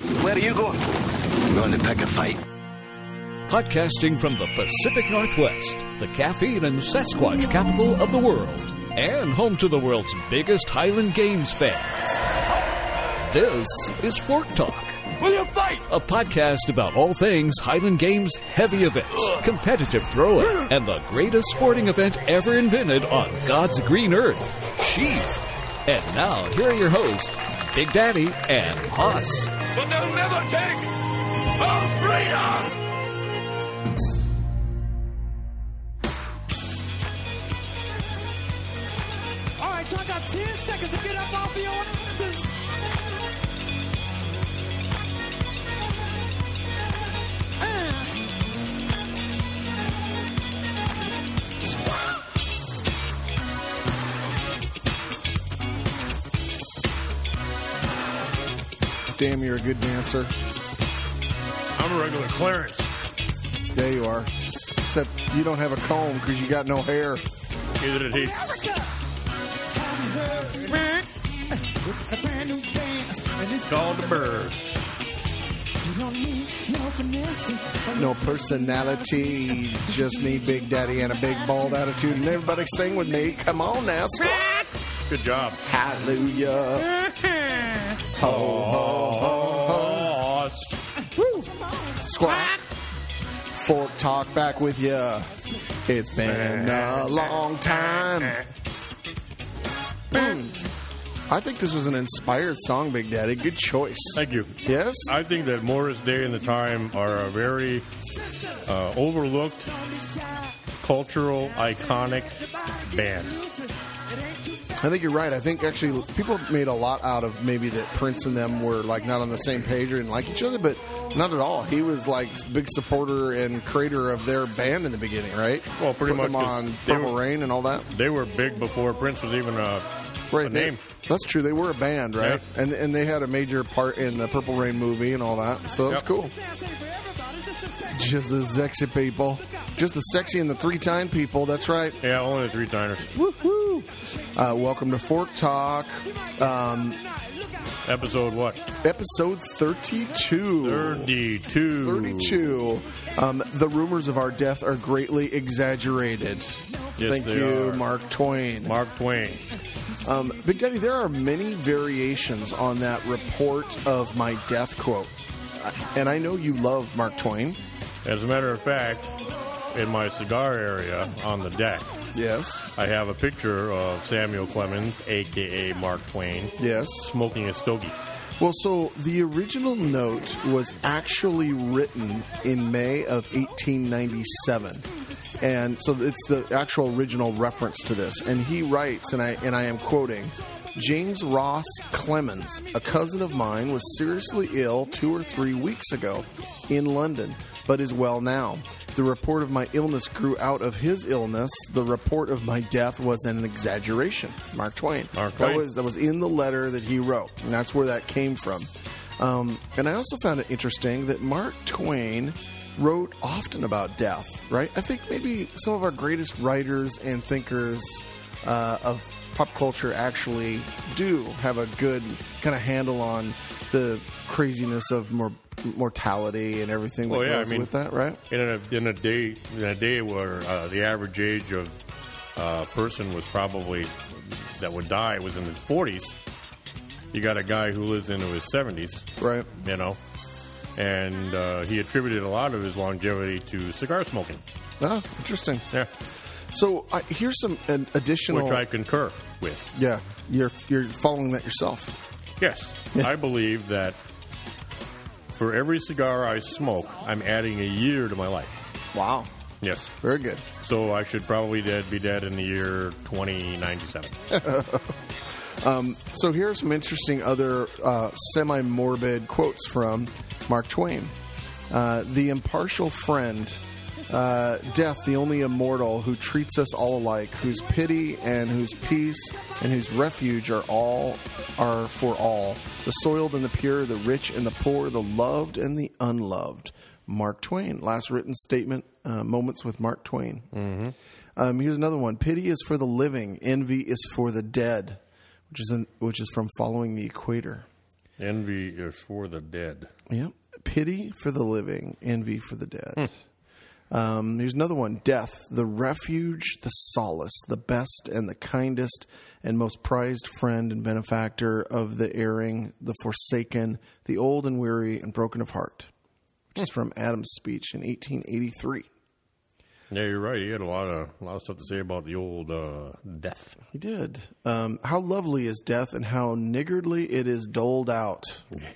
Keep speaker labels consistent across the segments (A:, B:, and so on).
A: Where are you going?
B: I'm going to pick a fight.
C: Podcasting from the Pacific Northwest, the caffeine and Sasquatch capital of the world, and home to the world's biggest Highland Games fans. This is Fork Talk.
A: Will you fight?
C: A podcast about all things Highland Games heavy events, competitive throwing, and the greatest sporting event ever invented on God's green earth, Sheaf. And now, here are your hosts, Big Daddy and Hoss.
A: But they'll never take our freedom!
D: All right, y'all got 10 seconds to get up off of your asses.
E: Damn, you're a good dancer.
F: I'm a regular Clarence.
E: Yeah, you are. Except you don't have a comb because you got no hair.
F: Either did he.
D: America! Have you heard? With a brand new dance, and it's
F: Called the bird.
D: You don't need no finesse.
E: No personality. Just need Big Daddy and a big bald attitude. And everybody sing with me. Come on now. squat.
F: Good job.
E: Hallelujah. Ho, ho, ho, ho.
F: Lost.
E: Squat. Fork talk back with ya. It's been a long time. Mm. I think this was an inspired song, Big Daddy. Good choice.
F: Thank you.
E: Yes?
F: I think that Morris Day and the Time are a very uh, overlooked, cultural, iconic band.
E: I think you're right. I think actually people have made a lot out of maybe that Prince and them were like not on the same page or didn't like each other, but not at all. He was like big supporter and creator of their band in the beginning, right?
F: Well, pretty
E: Put
F: much,
E: them
F: 'cause
E: on
F: they
E: Purple
F: were-
E: Rain and all that.
F: They were big before Prince was even a,
E: Right.
F: a
E: they-
F: name.
E: That's true. They were a band, right?
F: Yeah.
E: And and they had a major part in the Purple Rain movie and all that. So that's
F: Yep.
E: cool. Just the sexy people, just the sexy and the three time people. That's right.
F: Yeah, only the three diners.
E: Woo-hoo. Uh, welcome to Fork Talk. Um,
F: Episode what?
E: episode 32.
F: 32.
E: 32. Um, the rumors of our death are greatly exaggerated.
F: Yes,
E: Thank
F: they
E: you,
F: are.
E: Mark Twain.
F: Mark Twain.
E: Um, Big Daddy, there are many variations on that report of my death quote. And I know you love Mark Twain.
F: As a matter of fact, in my cigar area on the deck,
E: Yes.
F: I have a picture of Samuel Clemens, aka Mark Twain,
E: Yes.
F: smoking a stogie.
E: Well, so the original note was actually written in May of 1897. And so it's the actual original reference to this. And he writes, and I, and I am quoting James Ross Clemens, a cousin of mine, was seriously ill two or three weeks ago in London, but is well now. The report of my illness grew out of his illness. The report of my death was an exaggeration. Mark Twain.
F: Mark
E: That
F: Twain.
E: was that was in the letter that he wrote, and that's where that came from. Um, and I also found it interesting that Mark Twain wrote often about death. Right? I think maybe some of our greatest writers and thinkers uh, of pop culture actually do have a good kind of handle on the craziness of mor- mortality and everything that
F: Well, yeah, I
E: goes
F: mean-
E: with that. Right?
F: In a, in a day in a day where uh, the average age of uh, person was probably that would die was in his forties, you got a guy who lives into his seventies,
E: Right.
F: you know, and uh, he attributed a lot of his longevity to cigar smoking.
E: Ah, interesting.
F: Yeah,
E: So I here's some an additional.
F: which I concur with.
E: yeah, you're you're following that yourself.
F: Yes, I believe that for every cigar I smoke, I'm adding a year to my life.
E: Wow.
F: Yes.
E: Very good.
F: So I should probably dead, be dead in the year 2097.
E: So here are some interesting other uh, semi morbid quotes from Mark Twain. Uh, the impartial friend, uh, death, the only immortal who treats us all alike, whose pity and whose peace and whose refuge are all are for all. The soiled and the pure, the rich and the poor, the loved and the unloved. Mark Twain. Last written statement, uh, Moments with Mark Twain. Mm-hmm. Um, here's another one. Pity is for the living, envy is for the dead, which is, in, which is from Following the Equator.
F: Envy is for the dead.
E: Yep. Pity for the living, envy for the dead. Um, here's another one Death, the refuge, the solace, the best and the kindest and most prized friend and benefactor of the erring, the forsaken, the old and weary and broken of heart. Which is from Adam's speech in 1883.
F: Yeah, you're right. He had a lot of a lot of stuff to say about the old uh, death.
E: He did. Um, how lovely is death and how niggardly it is doled out.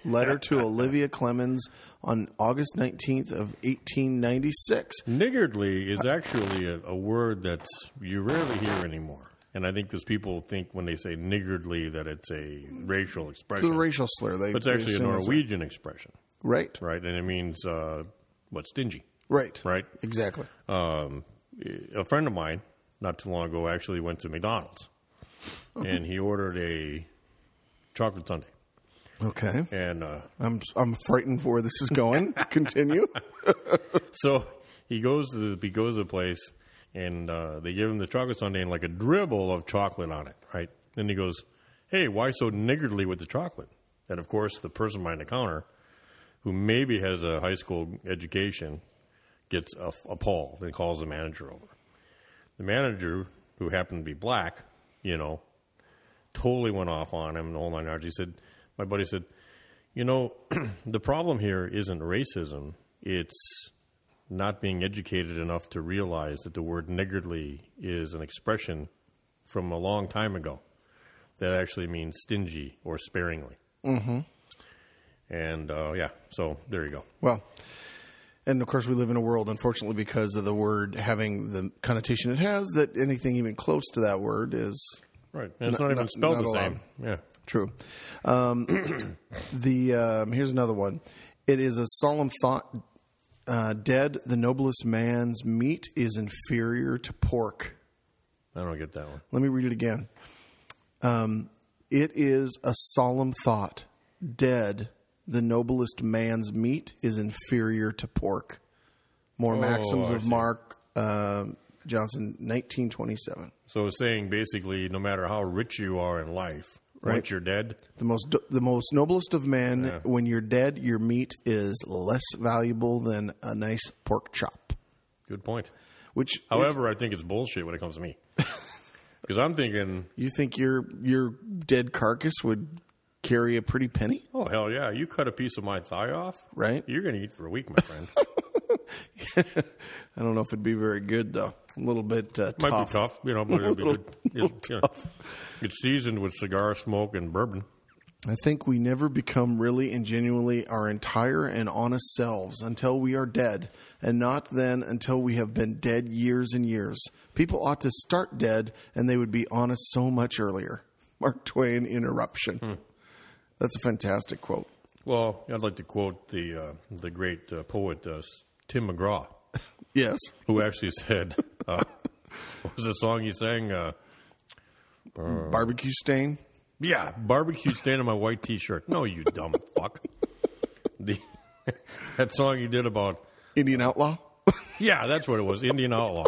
E: Letter to Olivia Clemens on August 19th of 1896.
F: Niggardly is actually a, a word that's you rarely hear anymore. And I think because people think when they say niggardly that it's a racial expression.
E: The racial slur. They,
F: but it's
E: they
F: actually a
E: assume it's-
F: Norwegian expression,
E: Right.
F: right? And it means, uh, what, stingy,
E: Right.
F: right?
E: Exactly.
F: Um, a friend of mine, not too long ago, actually went to McDonald's and he ordered a chocolate sundae.
E: Okay.
F: And uh,
E: I'm I'm frightened for where this is going. Continue.
F: So he goes to the, he goes to the place, and uh, they give him the chocolate sundae and like a dribble of chocolate on it, right? Then he goes, "Hey, why so niggardly with the chocolate?" And of course, the person behind the counter, who maybe has a high school education, gets a, appalled and calls the manager over. The manager, who happened to be black, you know, totally went off on him and the whole nine yards. He said, "My buddy said." You know, the problem here isn't racism. It's not being educated enough to realize that the word niggardly is an expression from a long time ago that actually means stingy or sparingly. Mm-hmm. And uh, yeah, so there you go.
E: well, and of course we live in a world, unfortunately, because of the word having the connotation it has, that anything even close to that word is
F: Right. And it's
E: Not-
F: not, even
E: not-
F: spelled
E: not
F: the
E: allowed.
F: same. Yeah.
E: True. Um, the um, here's another one. It is a solemn thought. Uh, dead, the noblest man's meat is inferior to pork.
F: I don't get that one.
E: Let me read it again. Um, it is a solemn thought. Dead, the noblest man's meat is inferior to pork. More maxims
F: Oh, I
E: of
F: see.
E: Mark um Johnson, nineteen twenty-seven.
F: So it's saying basically, no matter how rich you are in life,
E: Right.
F: once you're dead,
E: The most the most noblest of men. When you're dead, your meat is less valuable than a nice pork chop.
F: good point.
E: Which, is-
F: However, I think it's bullshit when it comes to me. Because I'm thinking,
E: you think your your dead carcass would carry a pretty penny,
F: oh, hell yeah, you cut a piece of my thigh off,
E: right?
F: you're going to eat for a week, my friend.
E: I don't know if it'd be very good though. A little bit uh,
F: Might
E: tough.
F: be tough, you know, but it'll be
E: Little-
F: good. It's, you know, it's seasoned with cigar smoke and bourbon.
E: I think we never become really and genuinely our entire and honest selves until we are dead, and not then until we have been dead years and years. People ought to start dead, and they would be honest so much earlier. Mark Twain interruption. That's a fantastic quote.
F: Well, I'd like to quote the uh, the great uh, poet uh, Tim McGraw,
E: Yes.
F: who actually said, uh, "What was the song he sang?" Uh,
E: Barbecue stain.
F: yeah, barbecue stain on my white T-shirt. No, you dumb fuck. The that song you did about
E: Indian outlaw.
F: yeah, that's what it was, Indian outlaw,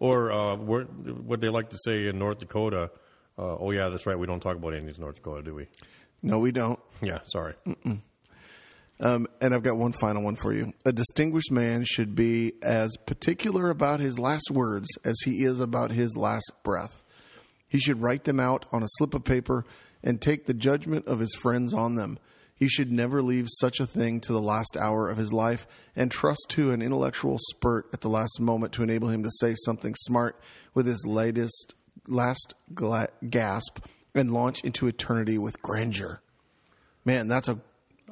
F: or uh, where- what they like to say in North Dakota. Uh, oh yeah, that's right. We don't talk about Indians in North Dakota, do we?
E: No, we don't.
F: Yeah, sorry.
E: Um, And I've got one final one for you. A distinguished man should be as particular about his last words as he is about his last breath. He should write them out on a slip of paper and take the judgment of his friends on them. He should never leave such a thing to the last hour of his life and trust to an intellectual spurt at the last moment to enable him to say something smart with his latest last gla- gasp and launch into eternity with grandeur. Man, that's a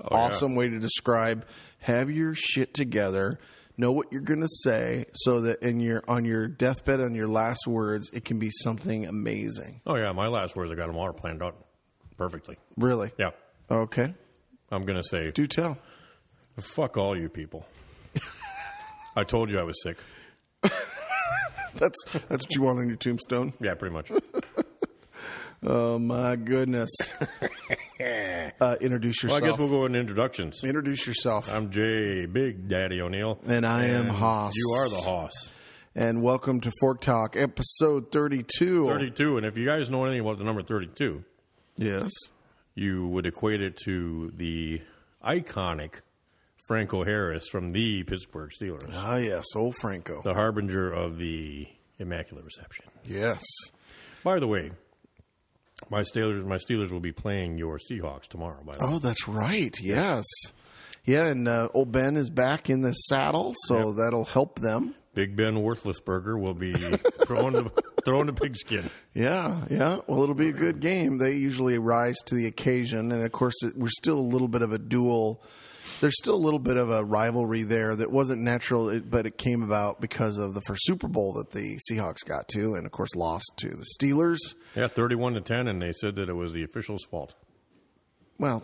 F: Oh,
E: awesome way to describe have your shit together, know what you're going to say so that in your on your deathbed on your last words it can be something amazing.
F: Oh yeah, my last words I got them all planned out perfectly.
E: Really?
F: Yeah,
E: Okay.
F: I'm gonna say
E: Do tell.
F: fuck all you people. I told you I was sick.
E: That's that's what you want on your tombstone.
F: Yeah, pretty much.
E: Oh my goodness. uh, introduce
F: Well, I
E: yourself.
F: guess we'll Uh, go in introductions.
E: introduce yourself.
F: I'm Jay Big Daddy O'Neill,
E: And I am Hoss.
F: You are the Hoss.
E: and welcome to Fork Talk episode 32.
F: Thirty-two, and if you guys know anything about the number thirty-two,
E: Yes.
F: you would equate it to the iconic Franco Harris from the Pittsburgh Steelers,
E: Ah, yes, old Franco.
F: the harbinger of the Immaculate Reception.
E: Yes.
F: By the way, my Steelers, my Steelers will be playing your Seahawks tomorrow. By the way,
E: Oh, that's right. Yes. Yeah, and uh, old Ben is back in the saddle, so that'll help them.
F: Big Ben Worthlesberger will be throwing the throwing the pigskin.
E: Yeah, yeah. Well, it'll be a good game. They usually rise to the occasion, and of course, it, we're still a little bit of a duel. There's still a little bit of a rivalry there that wasn't natural, it- but it came about because of the first Super Bowl that the Seahawks got to, and of course, lost to the Steelers.
F: Yeah, thirty-one to ten, and they said that it was the official's fault.
E: Well,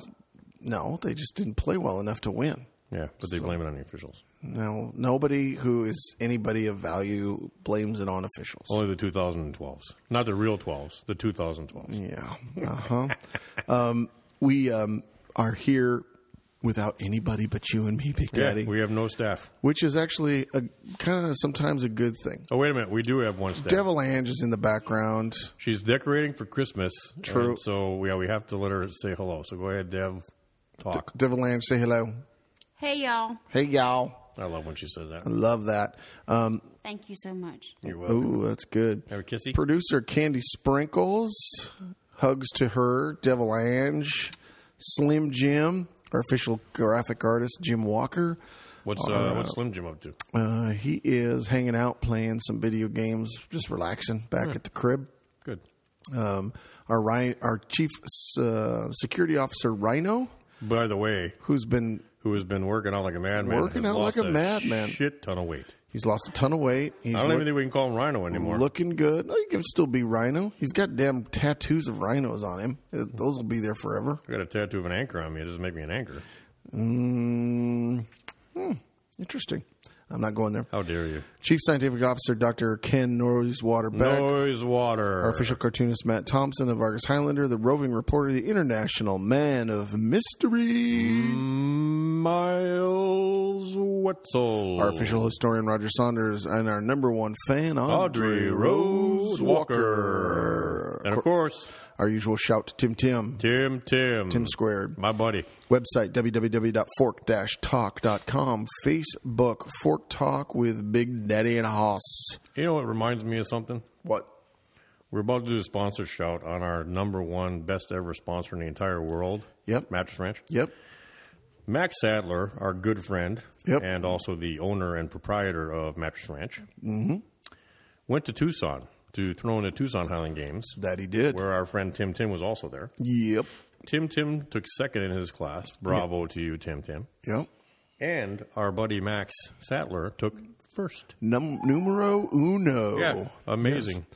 E: no, they just didn't play well enough to win.
F: Yeah, but they blame it on the officials.
E: No, nobody who is anybody of value blames it on officials.
F: Only the 2012s, not the real 12s, the 2012s.
E: Yeah. Uh huh. um, we um, are here without anybody but you and me, Big Daddy,
F: we have no staff.
E: which is actually a kind of sometimes a good thing.
F: Oh wait a minute, we do have one staff.
E: Devil Ange is in the background.
F: She's decorating for Christmas.
E: True.
F: and So yeah, we have to let her say hello. So go ahead, Dev. Talk.
E: Devil Ange, say hello.
G: Hey, y'all.
E: Hey, y'all.
F: I love when she says that.
E: Love that. Um,
G: Thank you so much.
F: You're welcome.
E: ooh, that's good.
F: Have a kissy.
E: Producer Candy Sprinkles. Hugs to her. Devil Ange. Slim Jim. Our official graphic artist, Jim Walker.
F: What's uh, what's Slim Jim up to?
E: Uh, he is hanging out, playing some video games, just relaxing
F: Hmm.
E: back at the crib.
F: Good.
E: Um, our Ryan, our chief uh, security officer Rhino,
F: By the way,
E: who's been
F: who has been working out like a madman?
E: Working
F: has
E: out like
F: lost
E: a madman.
F: Shit ton of weight.
E: he's lost a ton of weight. He's
F: I don't
E: look-
F: even think we can call him Rhino anymore.
E: looking good. No, he can still be Rhino. He's got damn tattoos of rhinos on him. Uh,
F: Hmm.
E: Those will be there forever.
F: I got a tattoo of an anchor on me. It doesn't make me an anchor.
E: Mm, hmm, interesting. I'm not going there.
F: How dare you?
E: Chief scientific officer Dr. Ken Norriswater Beck.
F: Noise water.
E: Our official cartoonist Matt Thompson of Argus Highlander, the roving reporter, the international man of
F: Mm.
E: mystery,
F: Miles Wetzel.
E: our official historian Roger Saunders, and our number one fan
F: Audrey Rose Walker. And of course,
E: Our usual shout to Tim Tim,
F: Tim Tim.
E: Tim Squared.
F: My buddy.
E: Website www.fork-talk.com. Facebook Fork Talk with Big Daddy and Hoss.
F: You know what reminds me of something?
E: What?
F: We're about to do a sponsor shout on our number one best ever sponsor in the entire world.
E: Yep.
F: Mattress Ranch.
E: Yep.
F: Max Sadler, our good friend,
E: Yep.
F: and also the owner and proprietor of Mattress Ranch, mm-hmm. went to Tucson to throw in the Tucson Highland Games,
E: That he did.
F: where our friend Tim Tim was also there.
E: Yep.
F: Tim Tim took second in his class. Bravo to you, Tim Tim.
E: Yep.
F: And our buddy Max Sadler took first.
E: Num- numero uno.
F: amazing.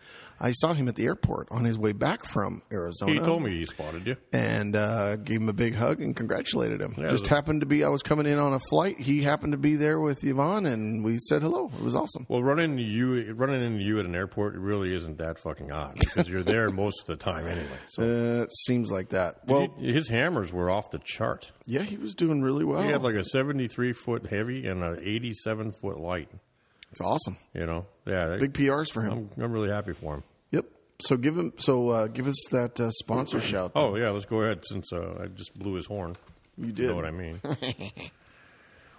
E: I saw him at the airport on his way back from Arizona.
F: He told me he spotted you.
E: And uh, gave him a big hug and congratulated him.
F: Yeah,
E: Just
F: the-
E: happened to be, I was coming in on a flight. He happened to be there with Yvonne, and we said hello. It was awesome.
F: Well, running into you running into you at an airport really isn't that fucking odd because you're there most of the time anyway. So
E: Uh, it seems like that. Well,
F: He- his hammers were off the chart.
E: yeah, he was doing really well.
F: He had like a 73 foot heavy and an 87 foot light.
E: it's awesome.
F: You know, yeah. they-
E: Big PRs for him.
F: I'm, I'm really happy for him.
E: yep. So give him. So uh, give us that uh, sponsor shout.
F: Oh yeah, let's go ahead since uh, I just blew his horn.
E: you
F: You
E: did.
F: know what I mean?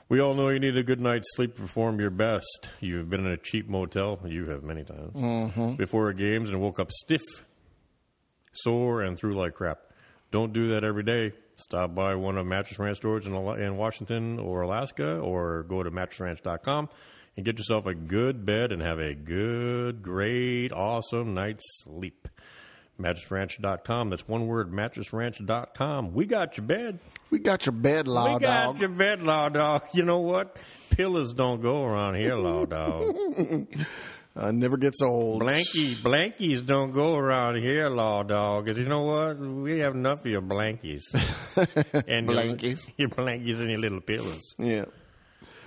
F: we all know you need a good night's sleep to perform your best. You've been in a cheap motel, you have many times, before games and woke up stiff, sore, and through like crap. Don't do that every day. Stop by one of Mattress Ranch stores in, Ala- in Washington or Alaska, or go to mattressranch.com and get yourself a good bed and have a good, great, awesome night's sleep. MattressRanch.com. That's one word, mattressranch.com. We got your bed.
E: we got your bed, law
F: We got
E: dog.
F: your bed, law dog. You know what? Pillows don't go around here, law dog.
E: uh, never gets old.
F: Blankies, blankies don't go around here, law dog. 'Cause you know what? We have enough of your blankies and your-
E: Blankies.
F: your, blankies and your little pillows.
E: Yeah.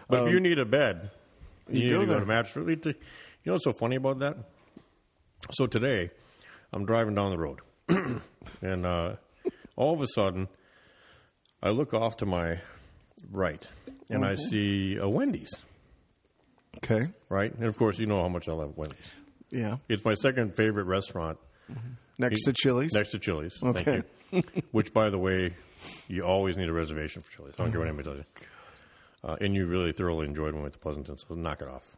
F: But if you need a bed,
E: Um,
F: you,
E: you
F: need
E: go
F: to go
E: there.
F: to match. Really, to- you know what's so funny about that? So today, I'm driving down the road, and uh, all of a sudden, I look off to my right, and I
E: Mm-hmm.
F: see a Wendy's.
E: Okay.
F: Right, and of course, you know how much I love Wendy's.
E: Yeah.
F: It's my second favorite restaurant
E: Next to Chili's?
F: Next to Chili's.
E: Okay.
F: Thank you. Which, by the way, you always need a reservation for Chili's. I don't care
E: Mm.
F: what anybody tells you. Uh, and you really thoroughly enjoyed one with the Pleasanton, so knock it off.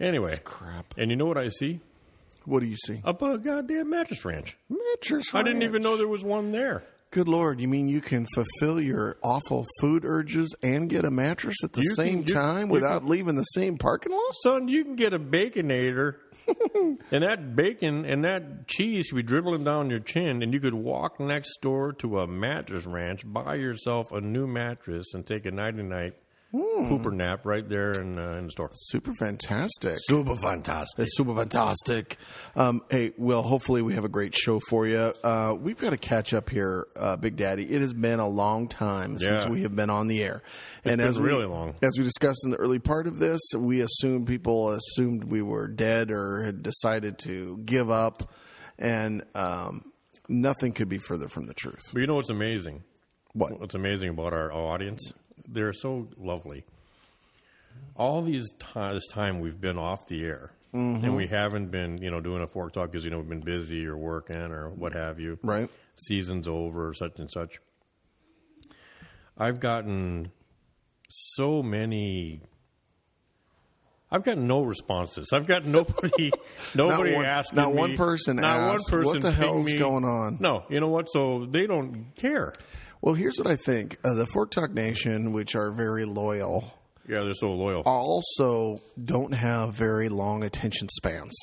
F: Anyway.
E: crap.
F: And you know what I see?
E: What do you see?
F: Up a goddamn mattress ranch.
E: Mattress
F: I didn't even
E: Ranch.
F: know there was one there.
E: Good lord, you mean you can fulfill your awful food urges and get a mattress at the
F: You can-
E: same
F: you-
E: time
F: you
E: without
F: can-
E: leaving the same parking lot?
F: Son, you can get a baconator. and that bacon and that cheese could be dribbling down your chin, and you could walk next door to a mattress ranch, buy yourself a new mattress, and take a nighty night
E: Hmm.
F: pooper nap right there in, uh, in the store.
E: Super fantastic.
F: Super fantastic.
E: It's super fantastic. Um, hey, well, hopefully we have a great show for you. Uh, we've got to catch up here, uh, Big Daddy. It has been a long time since
F: Yeah.
E: we have been on the air, and
F: been
E: as
F: really
E: we,
F: long.
E: as we discussed in the early part of this, we assumed people assumed we were dead or had decided to give up, and um, nothing could be further from the truth.
F: But you know what's amazing?
E: What?
F: What's amazing about our audience? They're so lovely. All these ti this time we've been off the air, and we haven't been, you know, doing a fork talk because you know we've been busy or working or what have you.
E: Right.
F: Season's over, or such and such. I've gotten so many. I've gotten no responses. I've got nobody. Nobody
E: one-
F: asked.
E: not
F: me,
E: one person
F: Not
E: asked,
F: one
E: "What
F: person.
E: the
F: pinged
E: hell's
F: me."
E: going on?
F: No, you know what? So they don't care.
E: Well, here's what I think: uh, the Fork Talk Nation, which are very loyal,
F: Yeah, they're so loyal.
E: also don't have very long attention spans.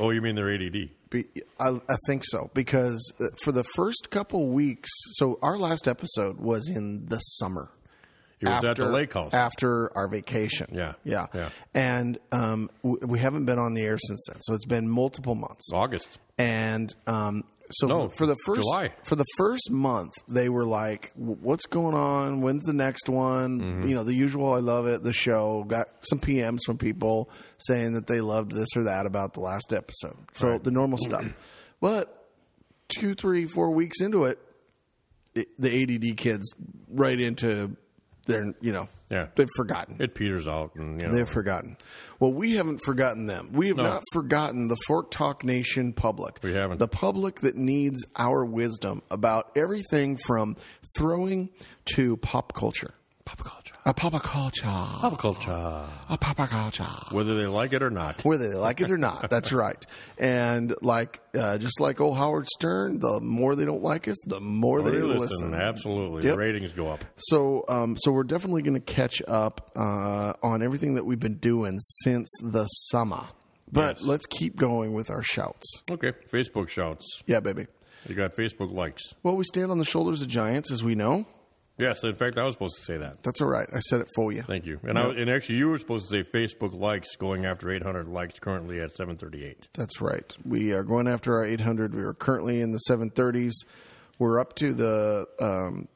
F: Oh, you mean they're ADD?
E: Be, I, I think so because uh, for the first couple weeks, so our last episode was in the summer.
F: It was at the lake house.
E: after our vacation.
F: Yeah.
E: yeah,
F: Yeah.
E: And um, w- we haven't been on the air since then, so it's been multiple months.
F: August.
E: And um, so
F: No,
E: for the first
F: July.
E: for the first month, they were like, "W- "What's going on? When's the next one?"
F: Mm-hmm.
E: You know, the usual. I love it. The show got some PMs from people saying that they loved this or that about the last episode. So the normal stuff. But two, three, four weeks into it, it, the ADD kids right into their, you know,
F: Yeah.
E: they've forgotten.
F: It peters out, and you know,
E: They've forgotten. Well, we haven't forgotten them. We have not forgotten the Fork Talk Nation public.
F: We haven't.
E: The public that needs our wisdom about everything from throwing to pop culture. Pop culture. A pop culture. A
F: culture,
E: pop culture
F: whether they like it or not.
E: whether they like it or not. That's right. And like, uh, just like old Howard Stern, the more they don't like us, the more they,
F: They
E: listen.
F: listen, absolutely.
E: Yep.
F: Ratings go up.
E: So, um, so we're definitely going to catch up uh, on everything that we've been doing since the summer. But
F: Yes.
E: let's keep going with our shouts.
F: Okay. Facebook shouts.
E: Yeah, baby.
F: You got Facebook likes.
E: Well, we stand on the shoulders of giants, as we know.
F: Yes. In fact, I was supposed to say that.
E: That's all right. I said it for you.
F: Thank you. And I, and actually, you were supposed to say Facebook likes going after 800 likes currently at 738.
E: That's right. We are going after our 800. We are currently in the 730s. We're up to the um,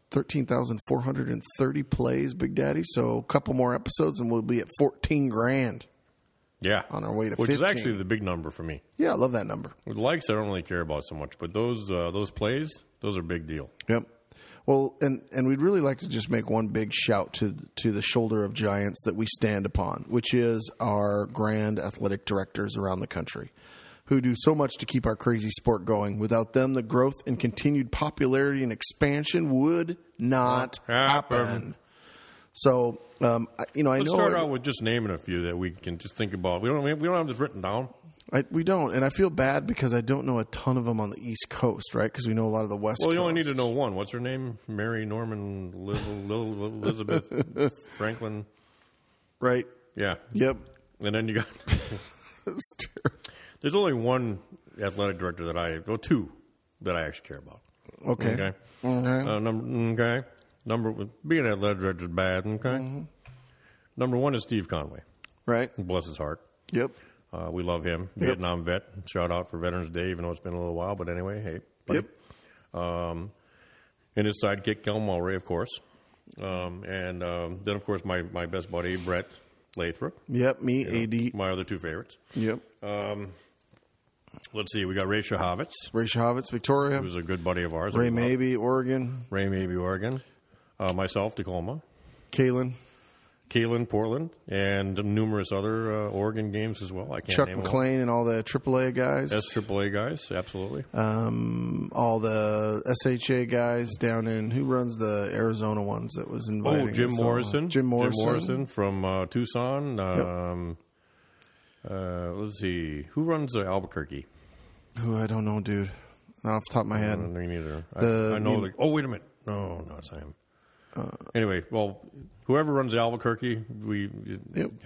E: 13,430 plays, Big Daddy. So a couple more episodes and we'll be at 14 grand.
F: Yeah.
E: On our way to
F: Which is
E: 15.
F: actually the big number for me.
E: Yeah, I love that number.
F: With likes, I don't really care about so much, but those uh, those plays, those are a big deal.
E: Yep. Well, and, and we'd really like to just make one big shout to to the shoulder of giants that we stand upon, which is our grand athletic directors around the country, who do so much to keep our crazy sport going. Without them, the growth and continued popularity and expansion would not
F: Happen.
E: happen. So, um, I- you know, I
F: Let's
E: know
F: start
E: I-
F: out with just naming a few that we can just think about. We don't we don't have this written down.
E: I, we don't, and I feel bad because I don't know a ton of them on the East Coast, right? Because we know a lot of the West.
F: Well, you only need
E: Coast.
F: to know one. What's her name? Mary Norman Liz, Lil Elizabeth Franklin.
E: right?
F: Yeah,
E: Yep.
F: and then you got.
E: That's terrible.
F: There's only one athletic director that I well two that I actually care about.
E: Okay. Mm-hmm.
F: Okay. Uh, number okay. Number being an athletic director is bad. Okay. Number one is Steve Conway.
E: Right.
F: Bless his heart.
E: Yep.
F: Uh, we love him. Vietnam vet. Shout out for Veterans Day, even though it's been a little while. But anyway, hey. buddy. Um,
E: Yep.
F: And his sidekick, Kel Mulray, of course. Um, and um, then, of course, my, my best buddy, Brett Lathrop.
E: Yep, me, AD.
F: My other two favorites.
E: Yep.
F: Uh, Let's see. We got Ray Shahovitz,
E: Ray Shavitz, Victoria.
F: who's a good buddy of ours. Uh,
E: Ray Maybe, Oregon.
F: Ray Maybe, Oregon. Uh, myself, Tacoma.
E: Kalen.
F: Kalen Portland and numerous other uh, Oregon games as well. I can't
E: Chuck
F: name them all.
E: McLean and all the AAA guys,
F: S AAA guys, absolutely.
E: um, all the SHA guys down in who runs the Arizona ones that was invited.
F: oh, Jim Morrison,
E: uh, Jim Morrison,
F: from uh, Tucson. Um, uh, let's see, who runs uh, Albuquerque?
E: who I don't know, dude, not off the top of my
F: I
E: head.
F: don't know neither.
E: The- Uh,
F: I, I know.
E: mean-
F: like, oh, wait a minute. No, no, it's him. anyway, well, whoever runs Albuquerque, we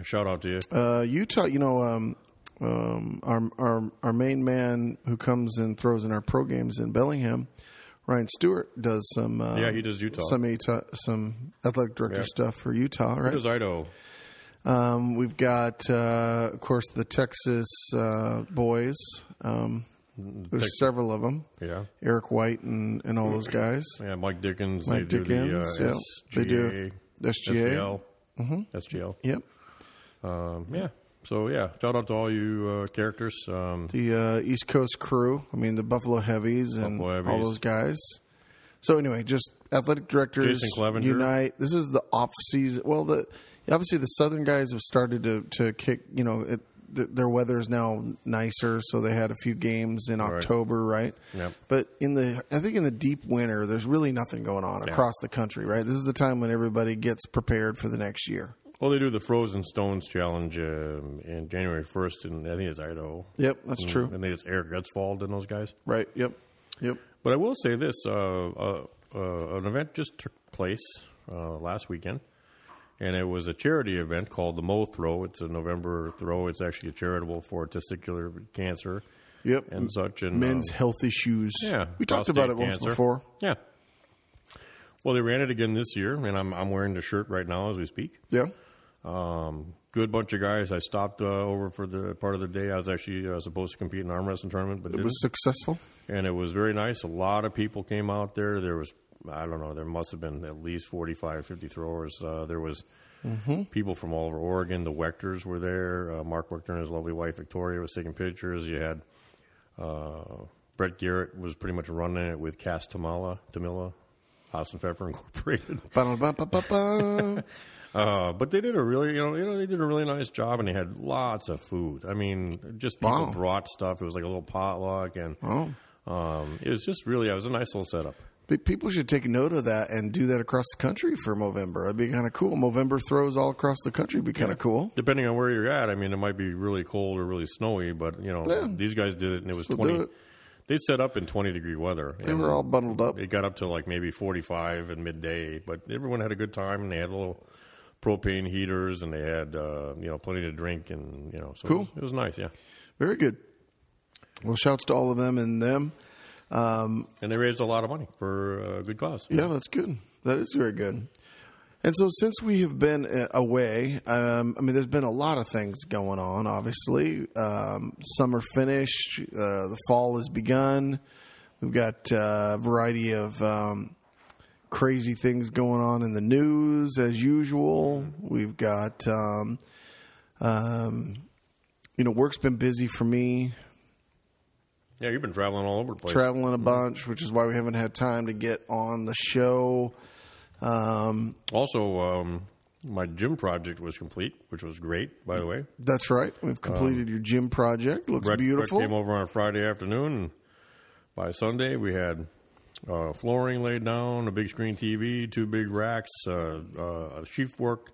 F: shout out to you.
E: Uh, Utah, you know, um, um, our, our our main man who comes and throws in our pro games in Bellingham, Ryan Stewart, does some. Uh,
F: Yeah, he does Utah.
E: Some Utah, some athletic director
F: Yeah.
E: stuff for Utah, right?
F: Who's Idaho?
E: Um, we've got, uh, of course, the Texas uh, boys. Um, there's
F: Tex-
E: several of them.
F: Mm-hmm. Yeah.
E: Eric White and, and all those guys.
F: Yeah, Mike Dickens.
E: Mike
F: they
E: Dickens,
F: Do the, uh,
E: yeah. They do Mm-hmm.
F: SGA,
E: SGA.
F: SGL. SGL.
E: Yep.
F: Um, yeah. So yeah, shout out to all you uh, characters. Um,
E: The uh, East Coast crew. I mean, the Buffalo Heavies and
F: Buffalo Heavies.
E: all those guys. So anyway, just athletic directors
F: Jason Clevenger.
E: unite. This is the off season. Well, the obviously the Southern guys have started to to kick. You know, it, th- their weather is now nicer, so they had a few games in October, right?
F: Yep.
E: But in the I think in the deep winter, there's really nothing going on across the country, right? This is the time when everybody gets prepared for the next year.
F: well, they do the Frozen Stones challenge um, in January first, and I think it's Idaho.
E: Yep, that's
F: And-
E: true.
F: Mm-hmm. And they it's Eric Gutswald and those guys.
E: Right. Yep. Yep.
F: But I will say this: uh, uh, uh, an event just took place uh, last weekend, and it was a charity event called the Mo Throw. It's a November throw. It's actually charitable for testicular cancer
E: Yep.
F: and such. And
E: Men's
F: um,
E: health issues.
F: Yeah,
E: We talked
F: prostate
E: about it once
F: cancer.
E: before.
F: Yeah. Well, they ran it again this year, and I'm I'm wearing the shirt right now as we speak.
E: Yeah.
F: Um, good bunch of guys. I stopped uh, over for the part of the day. I was actually uh, supposed to compete in an arm wrestling tournament, but
E: It
F: didn't.
E: was successful.
F: and it was very nice. A lot of people came out there. There was I don't know. There must have been at least 45, 50 throwers. Uh, there was people from all over Oregon. The Wechters were there. Uh, Mark Wechter and his lovely wife Victoria was taking pictures. You had uh, Brett Garrett was pretty much running it with Cass Tamala, Tamila, Austin Pfeffer Incorporated.
E: Ba-da-ba-ba-ba-ba.
F: Uh, but they did a really, you know, you know, they did a really nice job, and they had lots of food. I mean, just people
E: Wow.
F: brought stuff. It was like a little potluck, and
E: Oh.
F: um, it was just really, it was a nice little setup.
E: Pe- People should take note of that and do that across the country for Movember. That'd be kind of cool. Movember throws all across the country. Would be kind of cool.
F: Depending on where you're at, I mean, it might be really cold or really snowy, but you know,
E: Yeah.
F: these guys did it, and it was
E: Still do
F: twenty.
E: it.
F: They set up in 20 degree weather.
E: They were all bundled up.
F: It got up to like maybe 45 and midday, but everyone had a good time, and they had little propane heaters, and they had uh, you know plenty to drink, and you know, so
E: Cool.
F: it, was, it was nice, yeah.
E: Very good. Well, shouts to all of them and them.
F: And they raised a lot of money for a good cause.
E: Yeah, that's good. That is very good. And so, since we have been uh, away, um, I mean, there's been a lot of things going on. Obviously, um, summer finished, uh, the fall has begun. We've got uh, a variety of um, crazy things going on in the news as usual. We've got, um, um, you know, work's been busy for me
F: Yeah, you've been traveling all over the place.
E: traveling a bunch, which is why we haven't had time to get on the show. Um,
F: also, um, my gym project was complete, which was great, by the way.
E: that's right. We've completed your gym project. Looks
F: Um, Brett,
E: beautiful.
F: Brett came over on Friday afternoon, and by Sunday we had uh, flooring laid down, a big screen TV, two big racks, uh, uh, a sheaf work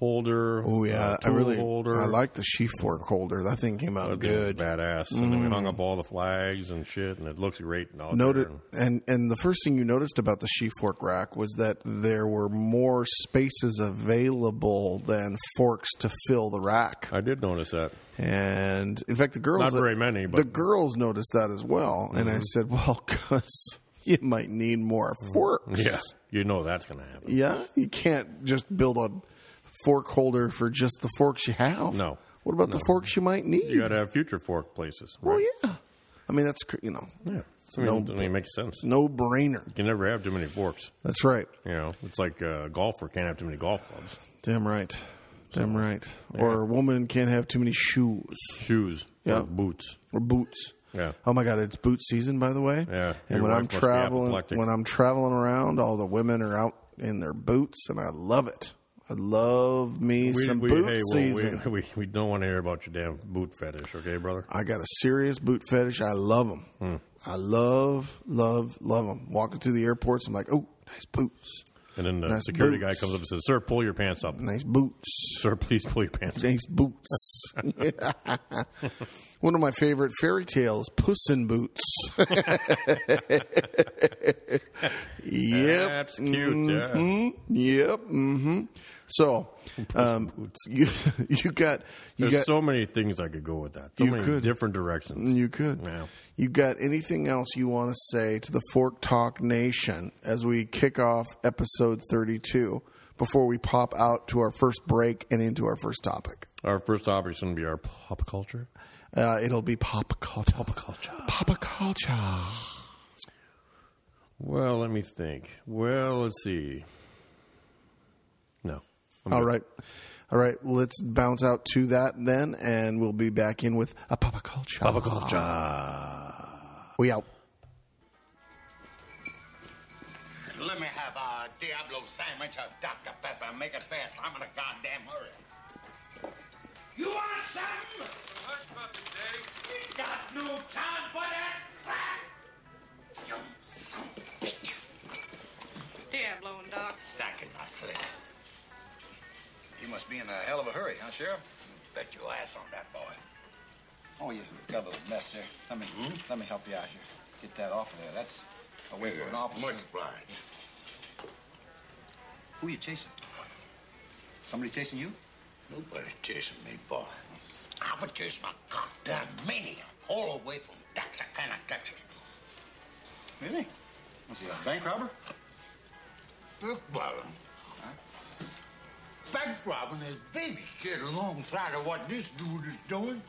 F: holder.
E: oh yeah,
F: a
E: I
F: Uh, tool
E: really
F: holder.
E: I like the sheaf fork holder. That thing came out
F: That thing was
E: good. Mm.
F: badass. And then we hung up all the flags and shit, and it looks great. and all
E: Noted,
F: there.
E: and and the first thing you noticed about the sheaf fork rack was that there were more spaces available than forks to fill the rack.
F: I did notice that.
E: And in fact, the girls
F: Not very many, but- Mm-hmm.
E: the girls noticed that as well. And I said, "Well, cuz you might need more forks."
F: Mm. Yeah, you know that's going to happen.
E: Yeah, you can't just build a fork holder for just the forks you have.
F: No.
E: What about the forks you might need?
F: You got to have future fork places.
E: well,
F: right?
E: yeah. I mean, that's cr- you know,
F: Yeah. I mean, it- I mean, it makes sense. You
E: no brainer.
F: can never have too many forks.
E: That's right.
F: You know, it's like a golfer can't have too many golf clubs.
E: Damn right. Damn right. Or a woman can't have too many shoes
F: Shoes,
E: Yeah.
F: or boots.
E: or boots.
F: Yeah.
E: Oh my God! It's boot season, by the way.
F: Yeah.
E: And
F: Your
E: when
F: wife
E: I'm
F: must be
E: traveling,
F: apoplectic.
E: when I'm traveling around, all the women are out in their boots, and I love it. I love me some
F: we,
E: boot
F: hey, well,
E: season.
F: we, we, we don't want to hear about your damn boot fetish, okay, brother?
E: I got a serious boot fetish. I love them.
F: Hmm.
E: I love, love, love them. Walking through the airports, I'm like, oh, nice boots,
F: And then the
E: Nice
F: security guy
E: boots.
F: comes up and says, Sir, pull your pants up.
E: nice boots,
F: Sir, please pull your pants up.
E: nice boots. One of my favorite fairy tales, Puss in Boots. yep.
F: That's cute, yeah.
E: Mm-hmm. Yep. hmm So, um, you you got you
F: There's
E: got
F: so many things I could go with that. So
E: You
F: many
E: could.
F: different directions.
E: you could
F: Yeah.
E: you got anything else you want to say to the Fork Talk Nation as we kick off episode thirty two before we pop out to our first break and into our first topic.
F: Our first topic is going to be our pop culture.
E: Uh, it'll be pop culture. Pop
F: culture.
E: Pop culture.
F: Well, let me think. Well, let's see. No. I'm
E: All
F: good.
E: right. All right. Let's bounce out to that then, and we'll be back in with a pop culture. Pop We out.
H: Let me have a Diablo sandwich of Dr. Pepper. and Make it fast. I'm in a goddamn hurry. You want something? Hush, Papa Daddy. We got no time for that crap. You son of a bitch.
I: Diablo and Doc.
H: Stack in my sleep. You must be in a hell of a hurry, huh, Sheriff? Bet your ass on that boy. Oh, you double mess, sir. Let me let me help you out here. Get that off of there. That's a way for an officer. Much obliged. Who you chasing? Somebody chasing you? Nobody chasing me, boy. I was chasing a goddamn maniac all the way from Texarkana, Texas. Really? Was he a bank robber? Bank robbing. Bank robbing is baby shit alongside of what this dude is doing.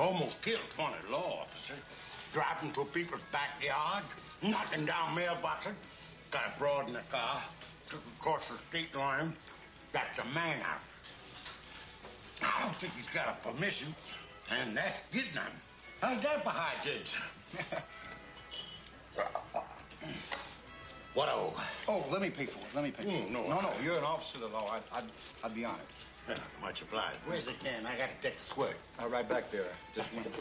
H: Almost killed 20 law officers. Driving through people's backyards, knocking down mailboxes. Got a broad in the car, took across the state line, got the man out. I don't think he's got a permission, and that's getting him. How's that behind this? What oh? Oh, let me pay for it. Let me pay. for it. Mm, no, no, no. You're an officer of the law. I, I'd, I'd be honored. Yeah, much obliged. Where's the can? I gotta take the squirt. All Uh, right, back there. Just a minute.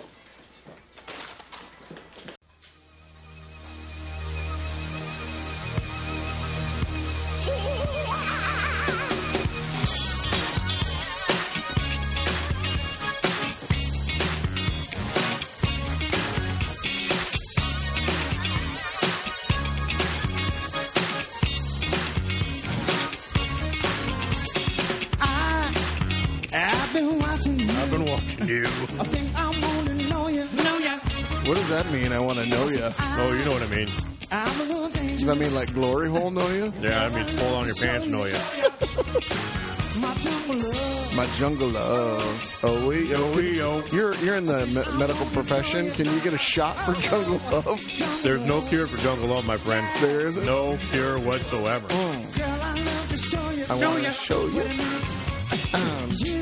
D: I've been watching you.
F: I've been watching you.
D: I think I wanna know you. Know ya.
E: What does that mean? I want to know you.
F: Oh, you know what it means.
D: I'm a little
E: Does
D: dangerous.
E: that mean like glory hole know you?
F: Yeah, it means pull on your pants, know ya.
D: My jungle love.
E: My jungle love. Oh we oh we
F: oh.
E: You're you're in the me- medical profession. Can you get a shot for jungle love?
D: Jungle
F: There's no
D: love.
F: cure for jungle love, my friend.
E: There isn't?
F: no cure whatsoever.
D: Girl, I love to show you.
E: I
D: Know
E: want
D: ya.
E: to show you. Um,
D: What it means. You.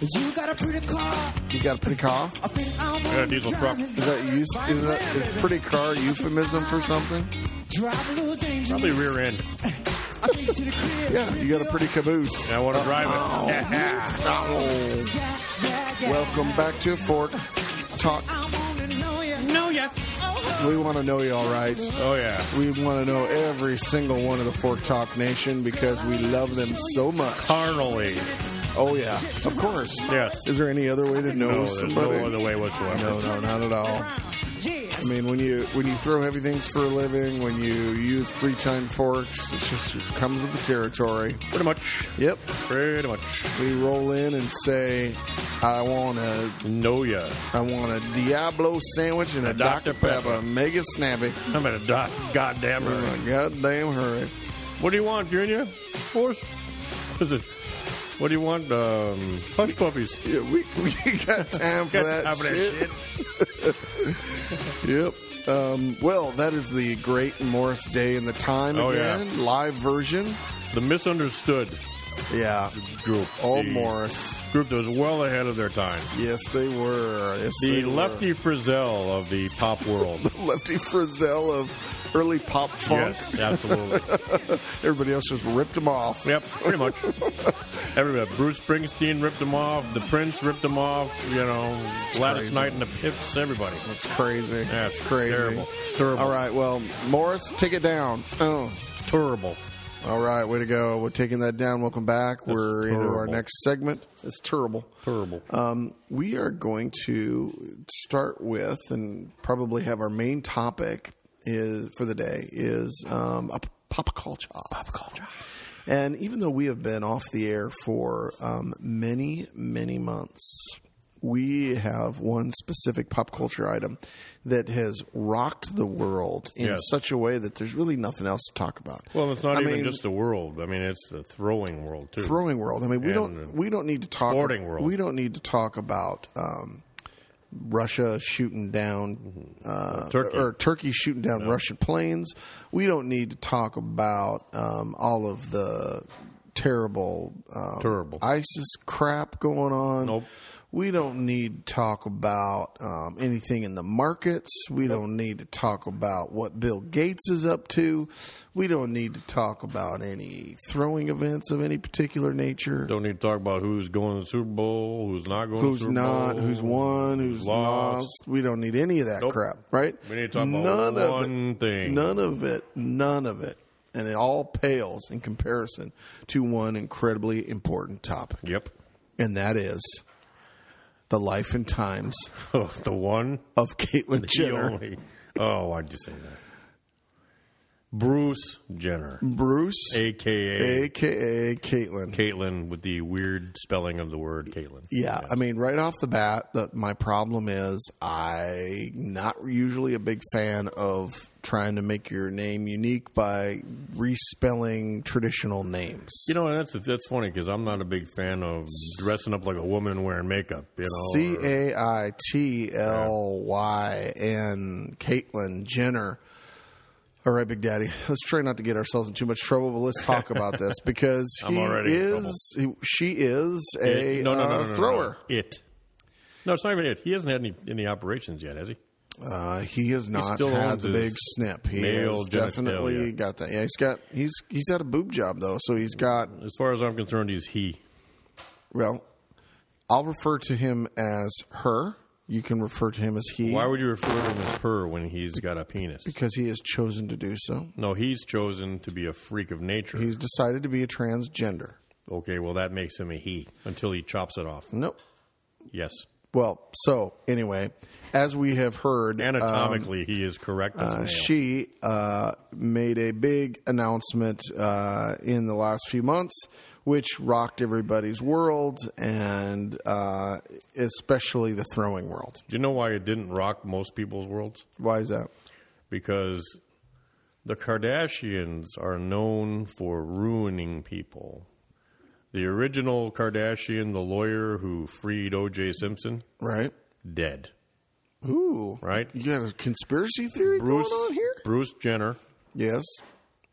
D: You got a pretty car.
E: You got a pretty car?
D: I think I wanna
F: got a diesel
D: drive
F: truck.
D: it.
E: Is that use? Is that is pretty car a euphemism for something?
D: Drive a little dangerous.
F: Probably rear end.
D: I'll take you to the crib.
E: Yeah, you got a pretty caboose.
F: And I want to drive it.
E: Oh.
D: Yeah, yeah, yeah.
E: Welcome back to Fork Talk.
D: I wanna know you. Know ya. Oh,
E: We want to know you, all right.
F: Oh yeah.
E: We want to know every single one of the Fork Talk Nation because we love them so much.
F: Carnally.
E: Oh yeah, of course.
F: Yes.
E: Is there any other way to know
F: No, there's
E: somebody?
F: no other way whatsoever.
E: No, no, not at all.
D: yes.
E: I mean, when you when you throw heavy things for a living, when you use three time forks, it just comes with the territory.
F: Pretty much.
E: Yep,
F: Pretty much.
E: we roll in and say, "I want a,
F: Know ya.
E: I want a Diablo sandwich and a, Dr.
F: Dr.
E: Pepper,
F: Pepper.
E: mega snappy."
F: I'm at a dot. Goddamn
E: We're in
F: hurry.
E: a goddamn hurry.
F: What do you want, Junior? Horse? What is it? What do you want? Um, punch puppies.
E: Yeah, we, we got time for that
F: Have that
E: shit.
F: shit.
E: Yep. Um, well, that is the great Morris Day in the Time
F: Oh,
E: again, live version.
F: The misunderstood
E: Yeah,
F: group.
E: all
F: The
E: Morris.
F: Group that was well ahead of their time.
E: Yes, they were. Yes,
F: The
E: they were.
F: lefty Frizzell of the pop world.
E: Lefty Frizzell of early pop funk.
F: Yes, absolutely.
E: Everybody else just ripped them off.
F: yep, pretty much. Everybody. Bruce Springsteen ripped them off. The Prince ripped them off. You know, Gladys
E: crazy.
F: Knight and the Pips. Everybody.
E: That's crazy.
F: That's
E: crazy.
F: terrible. Terrible.
E: All right, well, Morris, take it down. Oh.
F: Terrible.
E: All right, way to go. We're taking that down. Welcome back. We're into our
F: terrible.
E: next segment. It's terrible.
F: Terrible.
E: Um, we are going to start with, and probably have our main topic is for the day is um, a pop culture. Pop culture. And even though we have been off the air for um, many, many months, we have one specific pop culture item that has rocked the world in
F: Yes.
E: such a way that there's really nothing else to talk about.
F: Well, it's not
E: I
F: even
E: mean,
F: just the world. I mean, it's the throwing world too.
E: throwing world. I mean, we
F: And
E: don't we don't need to talk
F: sporting world.
E: We don't need to talk about um, Russia shooting down uh,
F: Mm-hmm. Turkey.
E: or Turkey shooting down Russian planes. We don't need to talk about um, all of the terrible um,
F: Terrible.
E: ISIS crap going on.
F: Nope.
E: We don't need to talk about um, anything in the markets. We don't need to talk about what Bill Gates is up to. We don't need to talk about any throwing events of any particular nature.
F: Don't need to talk about who's going to the Super Bowl, who's not going.
E: Who's
F: to the Super
E: not?
F: Bowl,
E: Who's won? Who's lost. We don't need any of that
F: Nope.
E: crap, right?
F: We need to talk about one
E: it,
F: thing.
E: None of it. None of it. And it all pales in comparison to one incredibly important topic,
F: Yep.
E: and that is the life and times
F: Oh, the one,
E: of Caitlyn
F: the
E: Jenner.
F: only. Oh, why'd you say that? Bruce Jenner,
E: Bruce,
F: aka
E: aka Caitlyn.
F: Caitlyn, with the weird spelling of the word Caitlyn.
E: yeah, I mean, right off the bat, the, my problem is I not usually a big fan of trying to make your name unique by respelling traditional names.
F: You know, and that's that's funny because I'm not a big fan of dressing up like a woman and wearing makeup. You know,
E: C
F: or-
E: A I T L Y N Caitlyn Jenner. All right, Big Daddy. Let's try not to get ourselves in too much trouble, but let's talk about this because
F: I'm
E: he
F: already in trouble.
E: is he, she is a
F: It- no, no, no,
E: uh,
F: no, no, no,
E: thrower.
F: no. It. No, it's not even it. He hasn't had any any operations yet, has he?
E: Uh, he has not
F: still
E: had
F: owns
E: the big
F: his
E: snip. He
F: male
E: has
F: genitalia.
E: definitely got that. Yeah, he's got he's he's had a boob job though, so he's got
F: As far as I'm concerned, he's he.
E: well. I'll refer to him as her. You can refer to him as he
F: Why would you refer to him as her when he's got a penis?
E: because he has chosen to do so.
F: No, he's chosen to be a freak of nature.
E: He's decided to be a transgender.
F: okay, well that makes him a he until he chops it off.
E: Nope.
F: Yes,
E: Well, so anyway, as we have heard, um,
F: anatomically he is correct. As a
E: Uh,
F: male.
E: she uh, made a big announcement uh, in the last few months, which rocked everybody's world, and uh, especially the throwing world.
F: Do you know why it didn't rock most people's worlds?
E: Why is that?
F: Because the Kardashians are known for ruining people. The original Kardashian, the lawyer who freed O.J. Simpson,
E: Right?
F: dead.
E: Ooh.
F: Right?
E: You got a conspiracy theory
F: Bruce
E: going on here?
F: Bruce Jenner
E: Yes.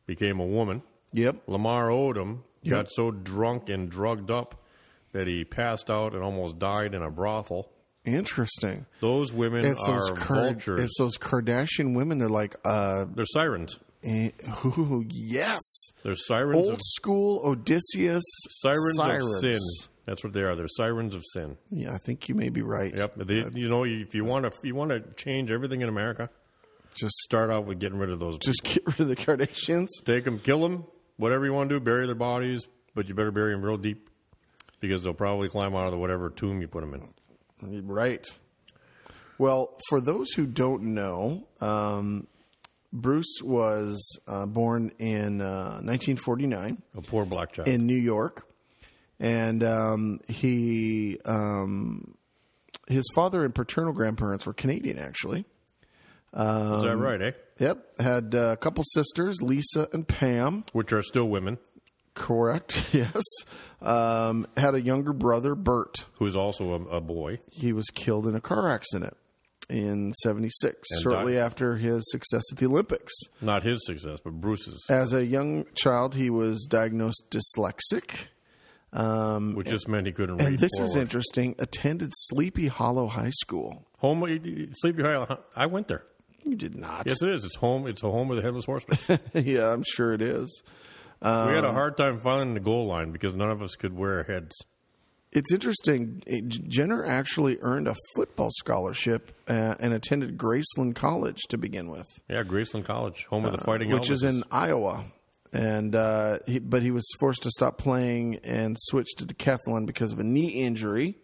F: became a woman.
E: Yep.
F: Lamar Odom
E: Yep.
F: got so drunk and drugged up that he passed out and almost died in a brothel.
E: Interesting.
F: Those women
E: It's
F: are
E: those, Kar-
F: vultures.
E: it's those Kardashian women. They're like, uh,
F: They're sirens.
E: eh, ooh, yes.
F: They're sirens
E: Old
F: of
E: school Odysseus
F: sirens,
E: sirens.
F: of sin. That's what they are. They're sirens of sin.
E: Yeah, I think you may be right.
F: Yep. They, you know, if you want to, if you want to change everything in America,
E: Just
F: start out with getting rid of those.
E: just get rid of the Kardashians.
F: Take them, kill them, whatever you want to do. Bury their bodies, but you better bury them real deep because they'll probably climb out of the whatever tomb you put them in.
E: Right. Well, for those who don't know, um, Bruce was uh, born in uh, 1949
F: A poor black child.
E: in New York, and um, he um, his father and paternal grandparents were Canadian, actually.
F: Is
E: um,
F: that right? Eh?
E: Yep, had uh, a couple sisters, Lisa and Pam.
F: Which are still women.
E: Correct. Yes. Um, had a younger brother, Bert.
F: who's also a, a boy.
E: he was killed in a car accident in 76
F: And
E: shortly
F: died.
E: after his success at the olympics
F: Not his success, but Bruce's,
E: as a young child he was diagnosed dyslexic
F: which just meant he couldn't read.
E: Um, and this is
F: forward.
E: interesting attended sleepy hollow high school
F: Home, Sleepy Hollow. I went there.
E: You did not.
F: Yes, it is. It's home. It's a home of the headless horseman.
E: yeah, I'm sure it is.
F: we had a
E: Um,
F: hard time finding the goal line because none of us could wear heads.
E: It's interesting. eh, J- Jenner actually earned a football scholarship uh, and attended Graceland College to begin with,
F: Yeah, Graceland College, home of the Fighting
E: Uh, which is
F: Elvises.
E: in Iowa. And uh, he, but he was forced to stop playing and switch to decathlon because of a knee injury.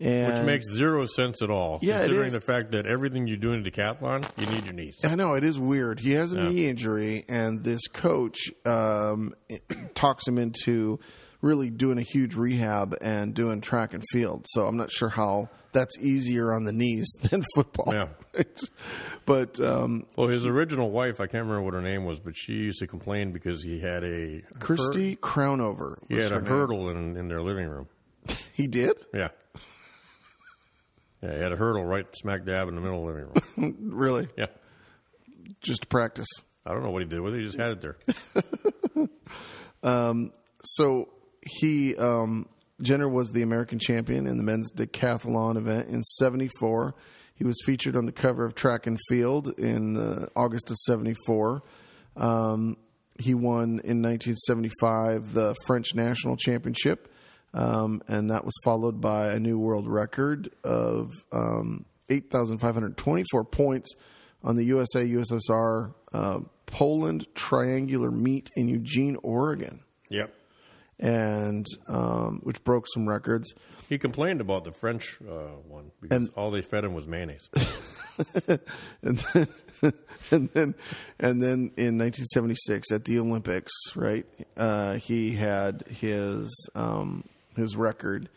E: And
F: which makes zero sense at all,
E: uh, Yeah, it
F: considering
E: is.
F: the fact that everything you do in a decathlon, you need your knees.
E: I know it is weird. He has a knee injury, and this coach um, talks him into really doing a huge rehab and doing track and field. So I'm not sure how that's easier on the knees than football.
F: Yeah.
E: but um,
F: Well, his original wife, I can't remember what her name was, but she used to complain because he had a
E: Christy Crownover,
F: He
E: was
F: had
E: her
F: a
E: name.
F: hurdle in, in their living room.
E: He did
F: Yeah. Yeah, he had a hurdle right smack dab in the middle of the living room.
E: really
F: Yeah.
E: just to practice.
F: I don't know what he did with it. He just had it there.
E: So he um, Jenner was the American champion in the men's decathlon event in '74. He was featured on the cover of Track and Field in uh, August of '74. Um, he won in 1975 the French national championship, um, and that was followed by a new world record of um, 8,524 points on the USA USSR uh, Poland triangular meet in Eugene, Oregon
F: Yep.
E: and um, which broke some records.
F: He complained about the French uh, one because all they fed him was mayonnaise.
E: And then, and then, and then in 1976 at the Olympics, right? Uh, he had his um, his record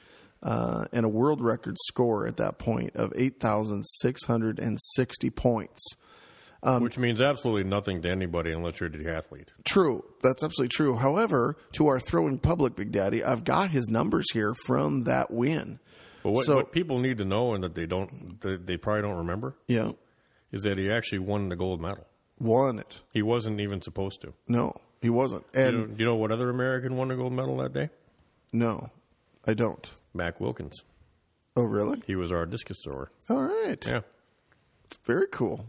E: uh, and a world record score at that point of 8,660 points. Um,
F: which means absolutely nothing to anybody unless you're a decathlete.
E: True. That's absolutely true. However, to our throwing public, Big Daddy, I've got his numbers here from that win.
F: But what,
E: So-
F: what people need to know and that they don't, that they probably don't remember,
E: Yeah.
F: is that he actually won the gold medal.
E: Won it.
F: He wasn't even supposed to.
E: No, he wasn't.
F: Do
E: And
F: you, know, you know what other American won a gold medal that day?
E: no, I don't.
F: Mac Wilkins.
E: Oh, really?
F: He was our discus thrower.
E: All right.
F: Yeah.
E: Very cool.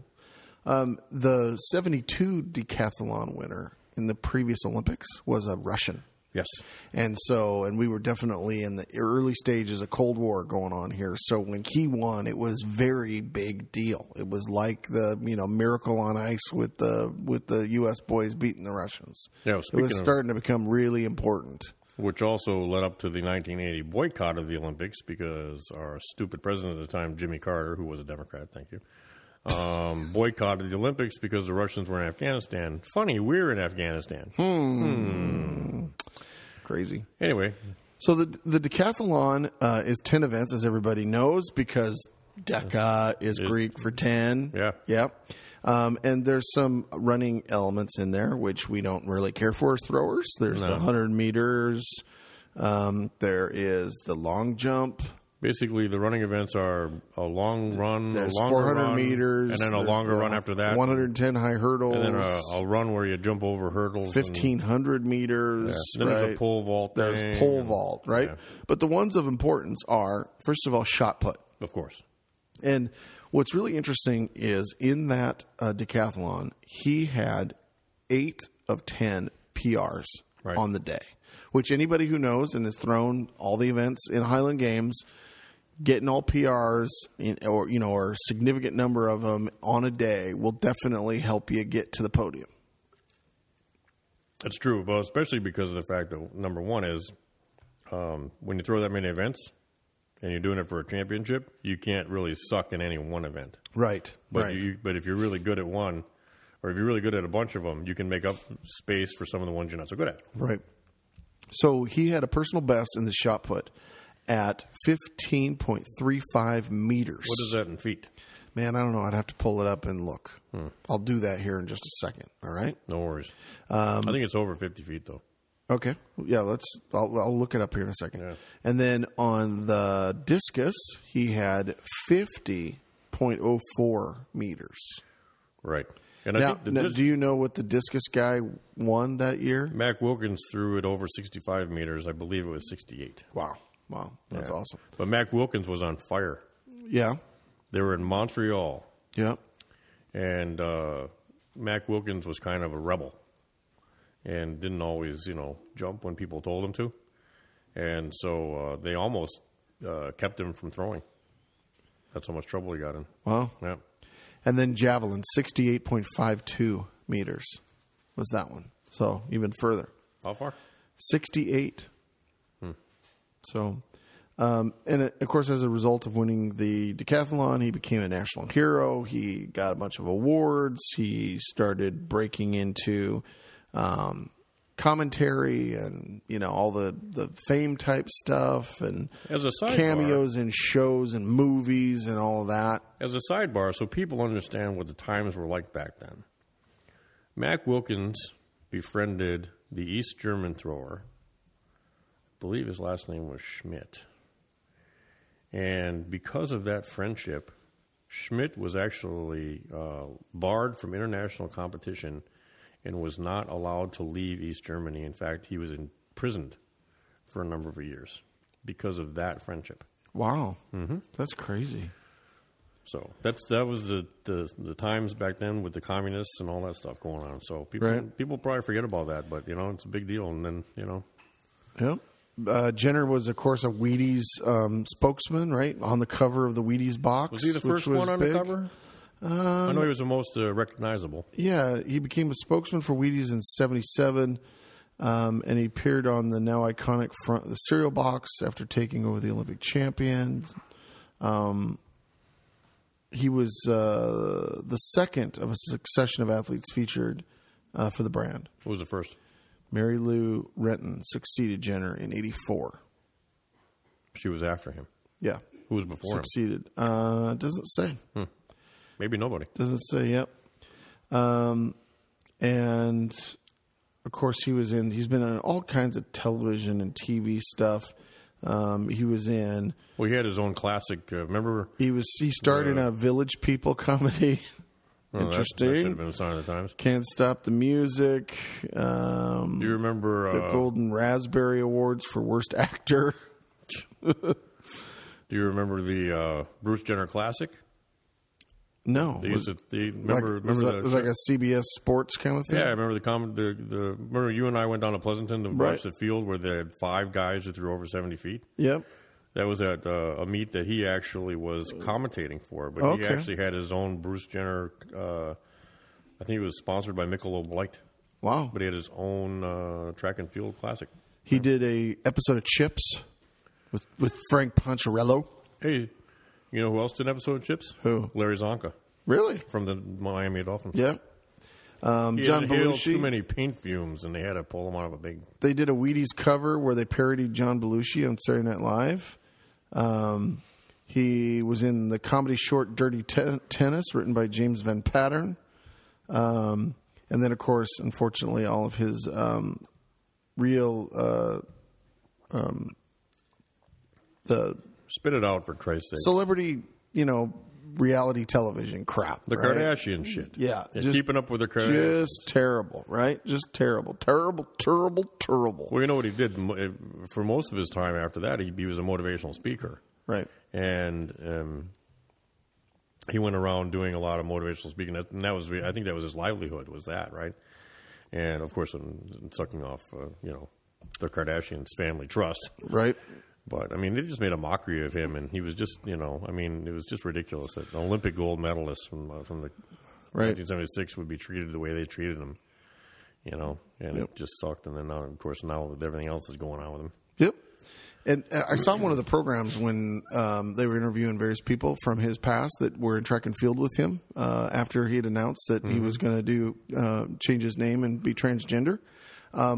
E: Um, the 72 decathlon winner in the previous Olympics was a Russian.
F: Yes.
E: And so, and we were definitely in the early stages of Cold War going on here. So when he won, it was very big deal. It was like the you know miracle on ice with the with the U.S. boys beating the Russians.
F: Yeah,
E: it
F: well,
E: was
F: speaking of-
E: starting to become really important.
F: Which also led up to the 1980 boycott of the Olympics because our stupid president at the time, Jimmy Carter, who was a Democrat, thank you, um, boycotted the Olympics because the Russians were in Afghanistan. Funny, we're in Afghanistan.
E: Hmm. Crazy.
F: Anyway,
E: So the the decathlon uh, is ten events, as everybody knows, because deca is Greek for ten.
F: Yeah.
E: yep. Um, and there's some running elements in there which we don't really care for as throwers. There's the hundred meters. Um, there is the long jump.
F: basically the running events are a long run,
E: There's
F: a longer
E: 400
F: run,
E: meters,
F: and then a
E: there's
F: longer
E: the
F: run after that.
E: 110 high hurdles,
F: and then a, a run where you jump over hurdles. and-
E: 1500 meters.
F: Yeah. Then there's a
E: right?
F: pole vault
E: There's
F: thing
E: pole
F: and-
E: vault, right?
F: yeah.
E: But the ones of importance are first of all shot put.
F: of course.
E: And what's really interesting is in that uh, decathlon, he had eight of 10 PRs
F: Right.
E: on the day, which anybody who knows and has thrown all the events in Highland Games, getting all PRs in, or, you know, or a significant number of them on a day will definitely help you get to the podium.
F: That's true, but especially because of the fact that number one is um, when you throw that many events and you're doing it for a championship, you can't really suck in any one event.
E: Right.
F: But you, but if you're really good at one, or if you're really good at a bunch of them, you can make up space for some of the ones you're not so good at.
E: Right. So he had a personal best in the shot put at 15.35 meters.
F: What is that in feet?
E: Man, I don't know. I'd have to pull it up and look.
F: Hmm.
E: I'll do that here in just a second. All right.
F: No worries.
E: Um,
F: I think it's over 50 feet though.
E: Okay. Yeah. Let's. I'll, I'll look it up here in a second. And then on the discus, he had fifty point oh four meters.
F: Right. And I
E: Now,
F: think the
E: now,
F: dis-
E: do you know what the discus guy won that year?
F: Mac Wilkins threw it over 65 meters. I believe it was 68.
E: Wow. Wow. That's awesome.
F: But Mac Wilkins was on fire.
E: Yeah.
F: They were in Montreal,
E: Yeah.
F: and uh, Mac Wilkins was kind of a rebel and didn't always, you know, jump when people told him to, and so uh, they almost uh, kept him from throwing. That's how much trouble he got in.
E: Wow.
F: Yeah.
E: And then javelin, 68.52 meters was that one. So even further.
F: How far?
E: 68.
F: Hmm.
E: So, um, and uh, of course, as a result of winning the decathlon, he became a national hero. He got a bunch of awards. He started breaking into um, commentary and you know all the the fame type stuff and
F: As a sidebar-
E: cameos in shows and movies and all of that.
F: As a sidebar, so people understand what the times were like back then, Mac Wilkins befriended the East German thrower. I believe his last name was Schmidt. And because of that friendship, Schmidt was actually uh, barred from international competition and was not allowed to leave East Germany. In fact, he was imprisoned for a number of years because of that friendship.
E: Wow, mm-hmm. that's crazy.
F: So that's that was the, the, the times back then with the communists and all that stuff going on. So people
E: Right.
F: people probably forget about that, but you know it's a big deal. And then you know
E: Yep. Uh, Jenner was, of course, a Wheaties um, spokesman, right? On the cover of the Wheaties box.
F: was he the
E: which
F: first one on
E: big.
F: the cover? I know he was the most uh, recognizable.
E: Yeah, he became a spokesman for Wheaties in '77, um, and he appeared on the now iconic front of the cereal box after taking over the Olympic champions. Um, he was uh, the second of a succession of athletes featured uh, for the brand.
F: Who was the first?
E: Mary Lou Renton succeeded Jenner in '84.
F: She was after him.
E: Yeah,
F: Who was before him? Hmm.
E: succeeded. Uh, doesn't say.
F: Maybe nobody.
E: Doesn't say. Yep. Um, and of course, he was in. He's been on all kinds of television and TV stuff. Um, he was in.
F: Well, he had his own classic. Uh, remember?
E: He was. He starred in a Village People comedy.
F: Oh, that- That, should
E: Interesting.
F: have been a sign of the times.
E: Can't stop the music. Um,
F: Do you remember?
E: the
F: Uh,
E: Golden Raspberry Awards for worst actor.
F: Do you remember the uh, Bruce Jenner classic?
E: No,
F: They
E: was
F: used to- they-
E: like,
F: remember,
E: was
F: remember
E: that-
F: the-
E: was like a CBS Sports kind of thing.
F: Yeah, I remember the comment. The, the remember you and I went down to Pleasanton to
E: Right.
F: watch the field where they had five guys that threw over seventy feet.
E: Yep.
F: That was at uh, a meet that he actually was commentating for, but
E: Okay.
F: he actually had his own Bruce Jenner. Uh, I think he was sponsored by Michelob Light,
E: Wow.
F: but he had his own uh, track and field classic.
E: He did a episode of Chips with with Frank Poncherello.
F: Hey, you know who else did an episode of Chips?
E: Who?
F: Larry Zonka
E: Really?
F: from the Miami Dolphins.
E: Yeah. Um,
F: He
E: John
F: inhaled
E: Belushi.
F: too many paint fumes, and they had to pull him out of a big.
E: They did a Wheaties cover where they parodied John Belushi on Saturday Night Live. Um, he was in the comedy short Dirty Ten- Tennis, written by James Van Pattern. Um, and then, of course, unfortunately, all of his um, real uh, um, the
F: Spit it out for Christ's sake!
E: celebrity, you know, reality television crap.
F: The
E: right?
F: Kardashian shit.
E: Yeah,
F: They're
E: just-
F: keeping up with the Kardashians.
E: Just terrible, right? Just terrible, terrible, terrible, terrible.
F: well, you know what he did M- for most of his time after that? He, he was a motivational speaker.
E: Right.
F: And um, he went around doing a lot of motivational speaking. That- And that was, re- I think that was his livelihood, was that, right? And of course, um, sucking off, uh, you know, the Kardashians' family trust.
E: Right.
F: But I mean, they just made a mockery of him, and he was just, you know, I mean, it was just ridiculous that an Olympic gold medalist from uh, from the
E: Right.
F: 1976 would be treated the way they treated him, you know, and it just sucked. And then now, of course, now with everything else that's going on with him,
E: Yep. And uh, I saw one of the programs when um, they were interviewing various people from his past that were in track and field with him uh, after he had announced that he was going to do uh, change his name and be transgender. Um,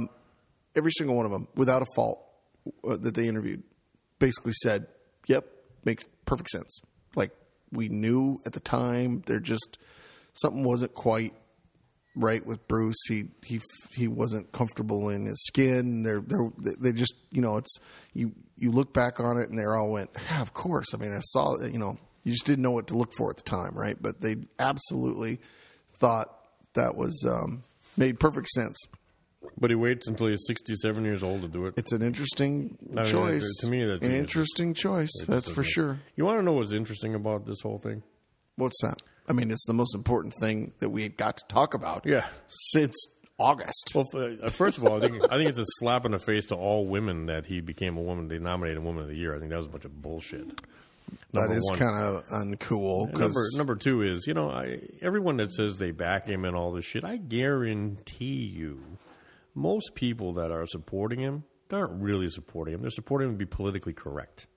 E: every single one of them, without a fault, uh, that they interviewed, basically said, "Yep, makes perfect sense." Like we knew at the time, they're just something wasn't quite right with Bruce. He he he wasn't comfortable in his skin. They're they they just you know it's you you look back on it and they all went yeah, of course. I mean I saw it, you know you just didn't know what to look for at the time right, but they absolutely thought that was um, made perfect sense.
F: but he waits until he's 67 years old to do it.
E: It's an interesting
F: I mean,
E: choice.
F: to me, that's
E: an
F: an
E: interesting choice. That's for sure.
F: You want to know what's interesting about this whole thing?
E: What's that? I mean, it's the most important thing that we've got to talk about.
F: Yeah.
E: Since August.
F: Well, f- uh, first of all, I think I think it's a slap in the face to all women that he became a woman. They nominated Woman of the Year. I think that was a bunch of bullshit.
E: that
F: number
E: is
F: one.
E: kind of uncool. 'cause-
F: Number number two is you know I, everyone that says they back him and all this shit. I guarantee you, most people that are supporting him aren't really supporting him. They're supporting him to be politically correct.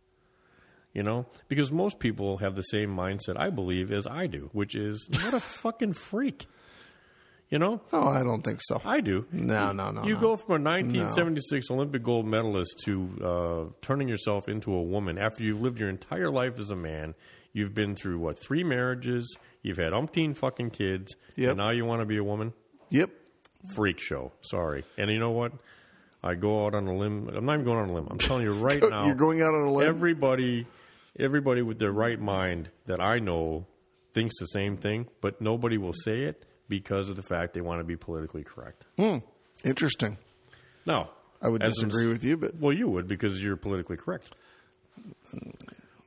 F: You know, because most people have the same mindset I believe as I do, which is what a fucking freak. You know,
E: no, Oh, I don't think so.
F: I do.
E: No, no, no.
F: You
E: no.
F: go from a 1976 Olympic gold medalist to uh, turning yourself into a woman after you've lived your entire life as a man. You've been through what three marriages? You've had umpteen fucking kids.
E: Yep.
F: And now you want to be a woman?
E: Yep.
F: Freak show. Sorry. And you know what? I go out on a limb. I'm not even going on a limb. I'm telling you right now.
E: You're going out on a limb.
F: Everybody, everybody with their right mind that I know thinks the same thing, but nobody will say it because of the fact they want to be politically correct.
E: Interesting.
F: No.
E: I would
F: As I'm
E: disagree
F: s-
E: with you, but
F: Well, you would because you're politically correct.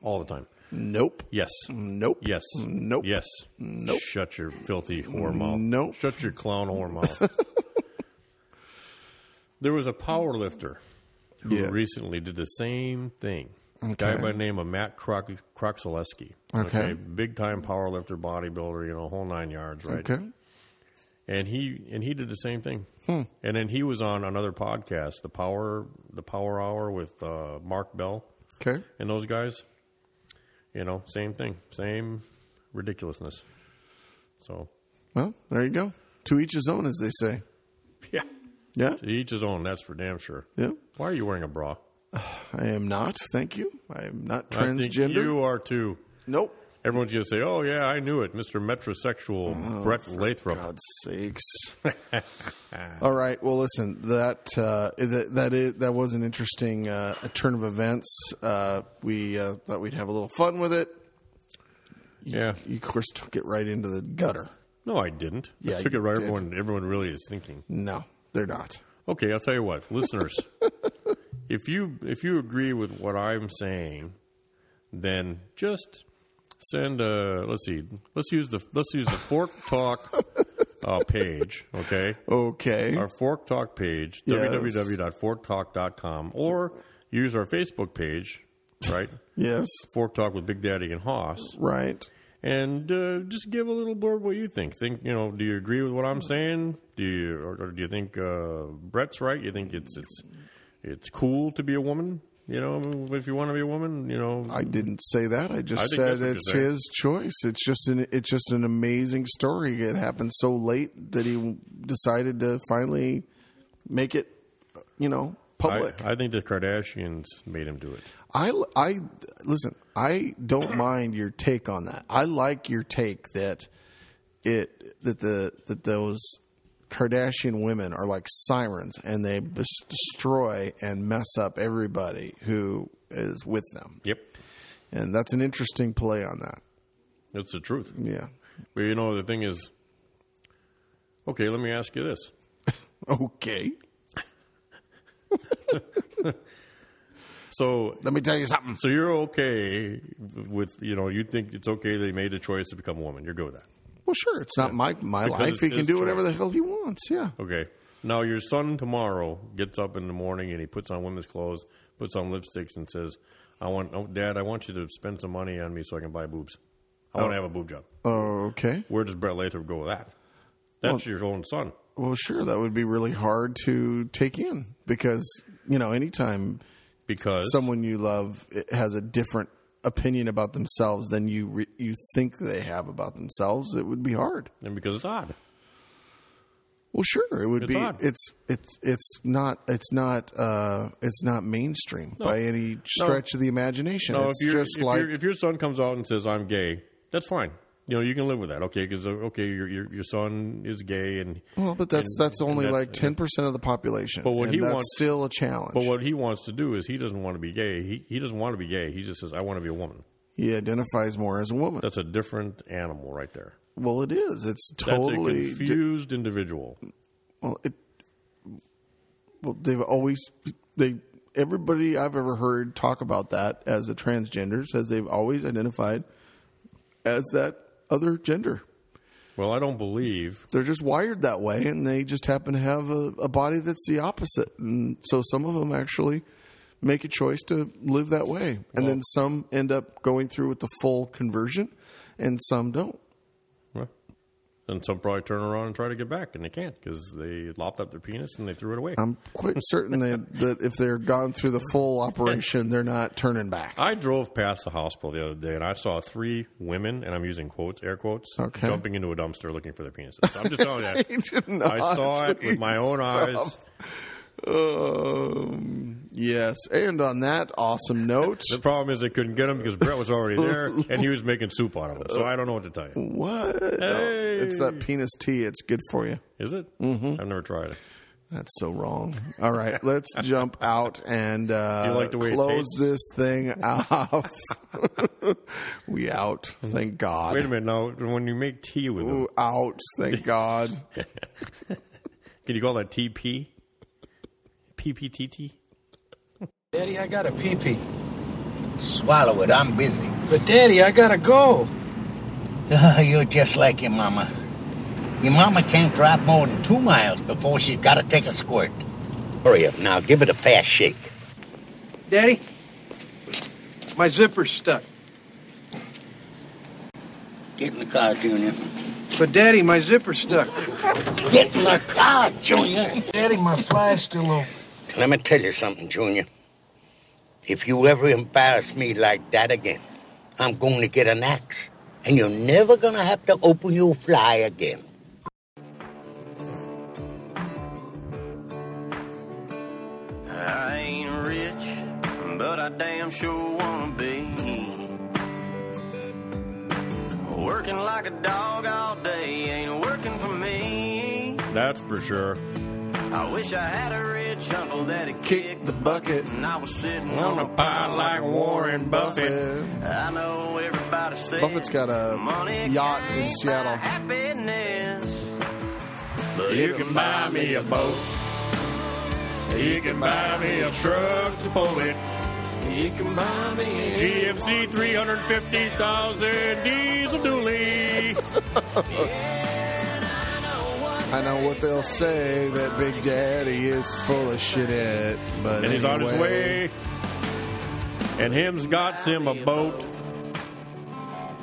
F: All the time.
E: nope.
F: Yes.
E: Nope.
F: Yes.
E: Nope.
F: Yes.
E: Nope.
F: Shut your filthy whore mouth.
E: Nope.
F: Shut your clown whore mouth. there was a power lifter who
E: Yeah.
F: recently did the same thing. Guy by the name of Matt Krok- Kroksaleski.
E: Okay.
F: Big time power lifter, bodybuilder, you know, whole nine yards, right?
E: Okay.
F: and he and he did the same thing.
E: Hmm.
F: And then he was on another podcast, the Power the Power Hour with uh, Mark Bell
E: Okay.
F: and those guys. You know, same thing, same ridiculousness. So
E: Well, there you go. To each his own, as they say.
F: yeah,
E: Yeah.
F: to each his own. That's for damn sure.
E: Yeah.
F: Why are you wearing a bra?
E: I am not. Thank you. I am not
F: I think
E: transgender.
F: you are too.
E: nope.
F: Everyone's gonna say, "Oh yeah, I knew it, Mister
E: Oh,
F: Metrosexual Brett Lathrop."
E: God's sakes. All right. Well, listen. That uh, that that is that was an interesting uh, a turn of events. Uh, we uh, thought we'd have a little fun with it.
F: Yeah,
E: You of course took it right into the gutter.
F: no, I didn't.
E: Yeah,
F: I took
E: you
F: it right.
E: did.
F: Everyone, everyone really is thinking.
E: No, they're not.
F: Okay, I'll tell you what, listeners. if you if you agree with what I'm saying, then just send a let's see, let's use the let's use the fork talk uh, page, okay?
E: Okay.
F: Our fork talk page,
E: Yes.
F: www.forktalk.com, or use our Facebook page, right?
E: yes.
F: fork talk with Big Daddy and Hoss
E: Right.
F: and uh, just give a little blurb what you think. Think you know? Do you agree with what I'm saying? Do you or, or do you think uh, Brett's right? You think it's it's it's cool to be a woman? You know, if you want to be a woman, you know,
E: I didn't say that. I just
F: I think
E: said
F: that's what
E: it's
F: you're saying.
E: his choice. It's just an it's just an amazing story. It happened so late that he decided to finally make it, you know,
F: I,
E: public.
F: I think the Kardashians made him do it.
E: I, I listen. I don't mind your take on that. I like your take that it that the that those Kardashian women are like sirens and they bes- destroy and mess up everybody who is with them.
F: Yep,
E: And that's an interesting play on that.
F: that's the truth.
E: Yeah.
F: But you know, the thing is, okay, let me ask you this:
E: Okay.
F: so.
E: Let me tell you something.
F: So you're okay with you know you think it's okay they made the choice to become a woman. You're good with that.
E: Well, sure. It's not my my
F: Because
E: life.
F: it's
E: He can
F: his
E: do whatever
F: choice.
E: the hell he wants. Yeah.
F: Okay. Now your son tomorrow gets up in the morning and he puts on women's clothes, puts on lipsticks, and says, "I want, oh, Dad, I want you to spend some money on me so I can buy boobs. I
E: Oh.
F: want to have a boob job."
E: Okay.
F: Where does Brett Lathrop go with that? That's your own son.
E: Well, sure. That would be really hard to take in because you know anytime
F: Because
E: someone you love eh, has a different opinion about themselves than you re- you think they have about themselves, it would be hard.
F: and because it's odd.
E: Well, sure, it would
F: It's
E: be.
F: odd.
E: It's it's it's not it's not uh, it's not mainstream by any stretch of the imagination.
F: No,
E: it's
F: if, you're-
E: just
F: if,
E: like
F: you're- if your son comes out and says, "I'm gay," that's fine. You know, you can live with that, okay? Because okay, your, your your son is gay, and
E: well, but that's
F: and-
E: that's only
F: and that-
E: like ten percent of the population.
F: But what
E: and
F: he
E: that's
F: wants-
E: still a challenge.
F: But what he wants to do is he doesn't want to be gay. He he doesn't want to be gay. He just says, "I want to be a woman."
E: he identifies more as a woman.
F: That's a different animal right there.
E: well, it is. It's
F: That's
E: totally
F: a
E: di-
F: confused individual.
E: Well, it, well, they've always they everybody I've ever heard talk about that as a transgender says they've always identified as that other gender.
F: Well, I don't believe.
E: They're just wired that way, and they just happen to have a, a body that's the opposite. And so some of them actually make a choice to live that way, and then some end up going through with the full conversion, and some don't.
F: Well, and some probably turn around and try to get back, and they can't because they lopped up their penis and they threw it away.
E: I'm quite certain that, that if they're gone through the full operation, they're not turning back.
F: I drove past the hospital the other day and I saw three women, and I'm using quotes, air quotes,
E: Okay.
F: jumping into a dumpster looking for their penises. I'm just telling you.
E: did not.
F: I saw it with my own eyes.
E: Stop. Um, yes, and on that awesome note,
F: The problem is they couldn't get them because Brett was already there and he was making soup out of them. So I don't know what to tell you.
E: what? No, it's that penis tea. It's good for you.
F: Is it? Mm-hmm. I've never tried it.
E: That's so wrong. All right, let's jump out and
F: You
E: uh,
F: like the way it
E: close
F: tastes?
E: this thing off. we out. Thank God.
F: Wait a minute now. When you make tea with them,
E: Ooh, out. Thank God.
F: can you call that TP? PPTT?
J: Daddy, I gotta pee pee.
B: Swallow it, I'm busy.
J: But Daddy, I gotta go.
B: You're just like your mama. Your mama can't drive more than two miles before she's got to take a squirt. Hurry up now, give it a fast shake.
J: Daddy, my zipper's stuck.
B: Get in the car, Junior.
J: But Daddy, my zipper's stuck.
B: Get in the car, Junior.
J: Daddy, my fly's still open.
B: Let me tell you something, Junior. If you ever embarrass me like that again, I'm going to get an axe, and you're never going to have to open your fly again.
K: I ain't rich, but I damn sure wanna be. Working like a dog all day ain't working for me.
F: That's for sure.
K: I wish I had a rich uncle that'd
E: Kick
K: kick,
E: the bucket.
K: and I was sitting
F: On a
K: on
F: pot like Warren Buffett.
E: Uh,
K: a. I know everybody says
E: Buffett's got a
K: money
E: yacht in
K: can't buy
E: Seattle.
K: Happiness, but
E: It
K: you can buy me a
F: boat. You can buy me a truck to pull it.
K: you can buy me a
F: GMC 350,000 diesel dually.
E: I know what they'll say that Big Daddy is full of shit, at, but
F: And he's on his
E: anyway,
F: way. And him's got him a boat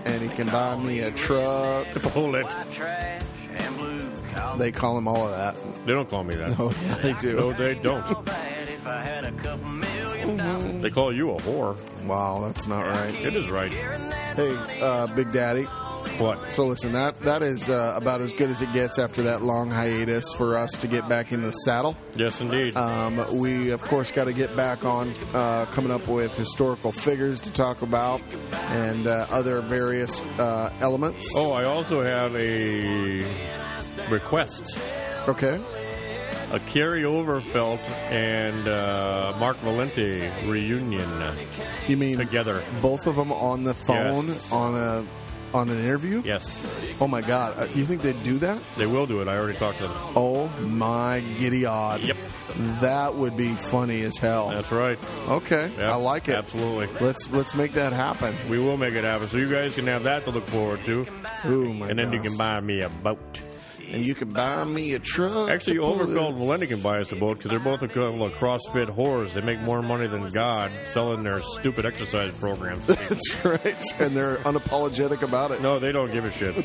E: and he can buy me a truck.
F: to pull it.
K: white trash and blue collar.
E: They call him all of that.
F: They don't call me that.
E: Oh yeah, they
F: No,
E: do.
F: they don't.
K: Bad if I had a couple million dollars.
F: They call you a whore.
E: Wow, that's not right.
F: It is right.
E: Hey, uh, Big Daddy.
F: What?
E: So listen, that that is uh, about as good as it gets after that long hiatus for us to get back in the saddle.
F: Yes, indeed.
E: Um, we of course got to get back on uh, coming up with historical figures to talk about and uh, other various uh, elements.
F: Oh, I also have a request.
E: Okay.
F: A Carrie Overfelt and uh, Mark Valente reunion
E: You mean
F: together.
E: both of them on the phone on a on an interview?
F: Yes,
E: Oh my God! Uh, You think they'd do that?
F: they will do it. I already talked to them.
E: Oh my giddy odd!
F: Yep.
E: That would be funny as hell.
F: That's right.
E: okay,
F: Yep,
E: I like it.
F: Absolutely.
E: Let's let's make that happen.
F: We will make it happen. So you guys can have that to look forward to.
E: Ooh, my
F: and then you
E: gosh.
F: can buy me a boat.
E: and you can buy me a truck.
F: Actually,
E: to pull
F: Overfeld and
E: it.
F: Valenti can buy us a boat because they're both a couple of CrossFit whores. They make more money than God selling their stupid exercise programs. to people.
E: That's right, and they're unapologetic about it.
F: no, they don't give a shit.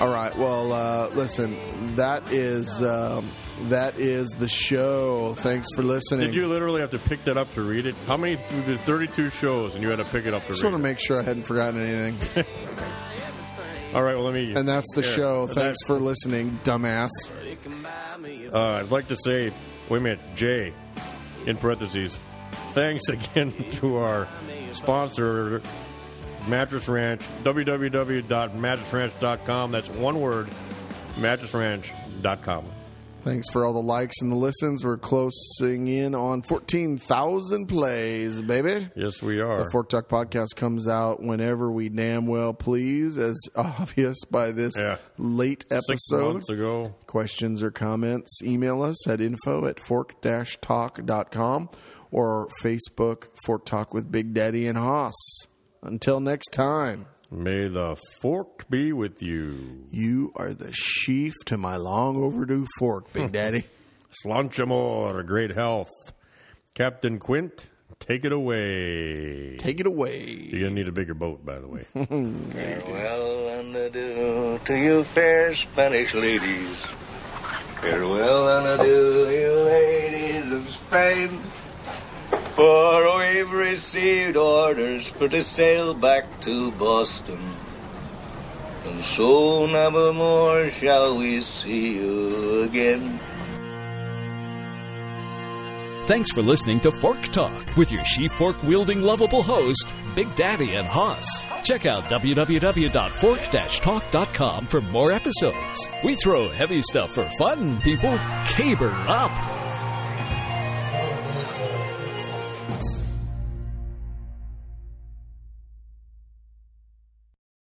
E: All right, well, uh, listen, that is um, that is the show. Thanks for listening.
F: Did you literally have to pick that up to read it? How many? We did 32 shows and you had to pick it up to
E: Just
F: read
E: want to
F: it.
E: make sure I hadn't forgotten anything.
F: All right, well, let me.
E: And that's the
F: Here.
E: show.
F: And
E: Thanks for listening, dumbass.
F: that- uh, I'd like to say, wait a minute, Jay, in parentheses, thanks again to our sponsor, Mattress Ranch, www.mattressranch.com. That's one word, mattressranch.com.
E: Thanks for all the likes and the listens. We're closing in on 14,000 plays, baby.
F: Yes, we are.
E: The Fork Talk podcast comes out whenever we damn well please, as obvious by this
F: Yeah.
E: late
F: Six
E: episode.
F: months ago.
E: Questions or comments, email us at info at fork talk.com or Facebook Fork Talk with Big Daddy and Haas. Until next time.
F: May the fork be with you.
E: You are the sheaf to my long overdue fork, Big Daddy.
F: Slanchamore, great health. Captain Quint, take it away.
E: Take it away.
F: You're going to need a bigger boat, by the way.
L: Farewell and adieu to you, fair Spanish ladies. Farewell and adieu, you ladies of Spain. For we've received orders for to sail back to Boston. And so nevermore shall we see you again.
C: Thanks for listening to Fork Talk with your she fork wielding lovable host, Big Daddy and Haas. Check out www.fork talk.com for more episodes. We throw heavy stuff for fun, people. Caber up!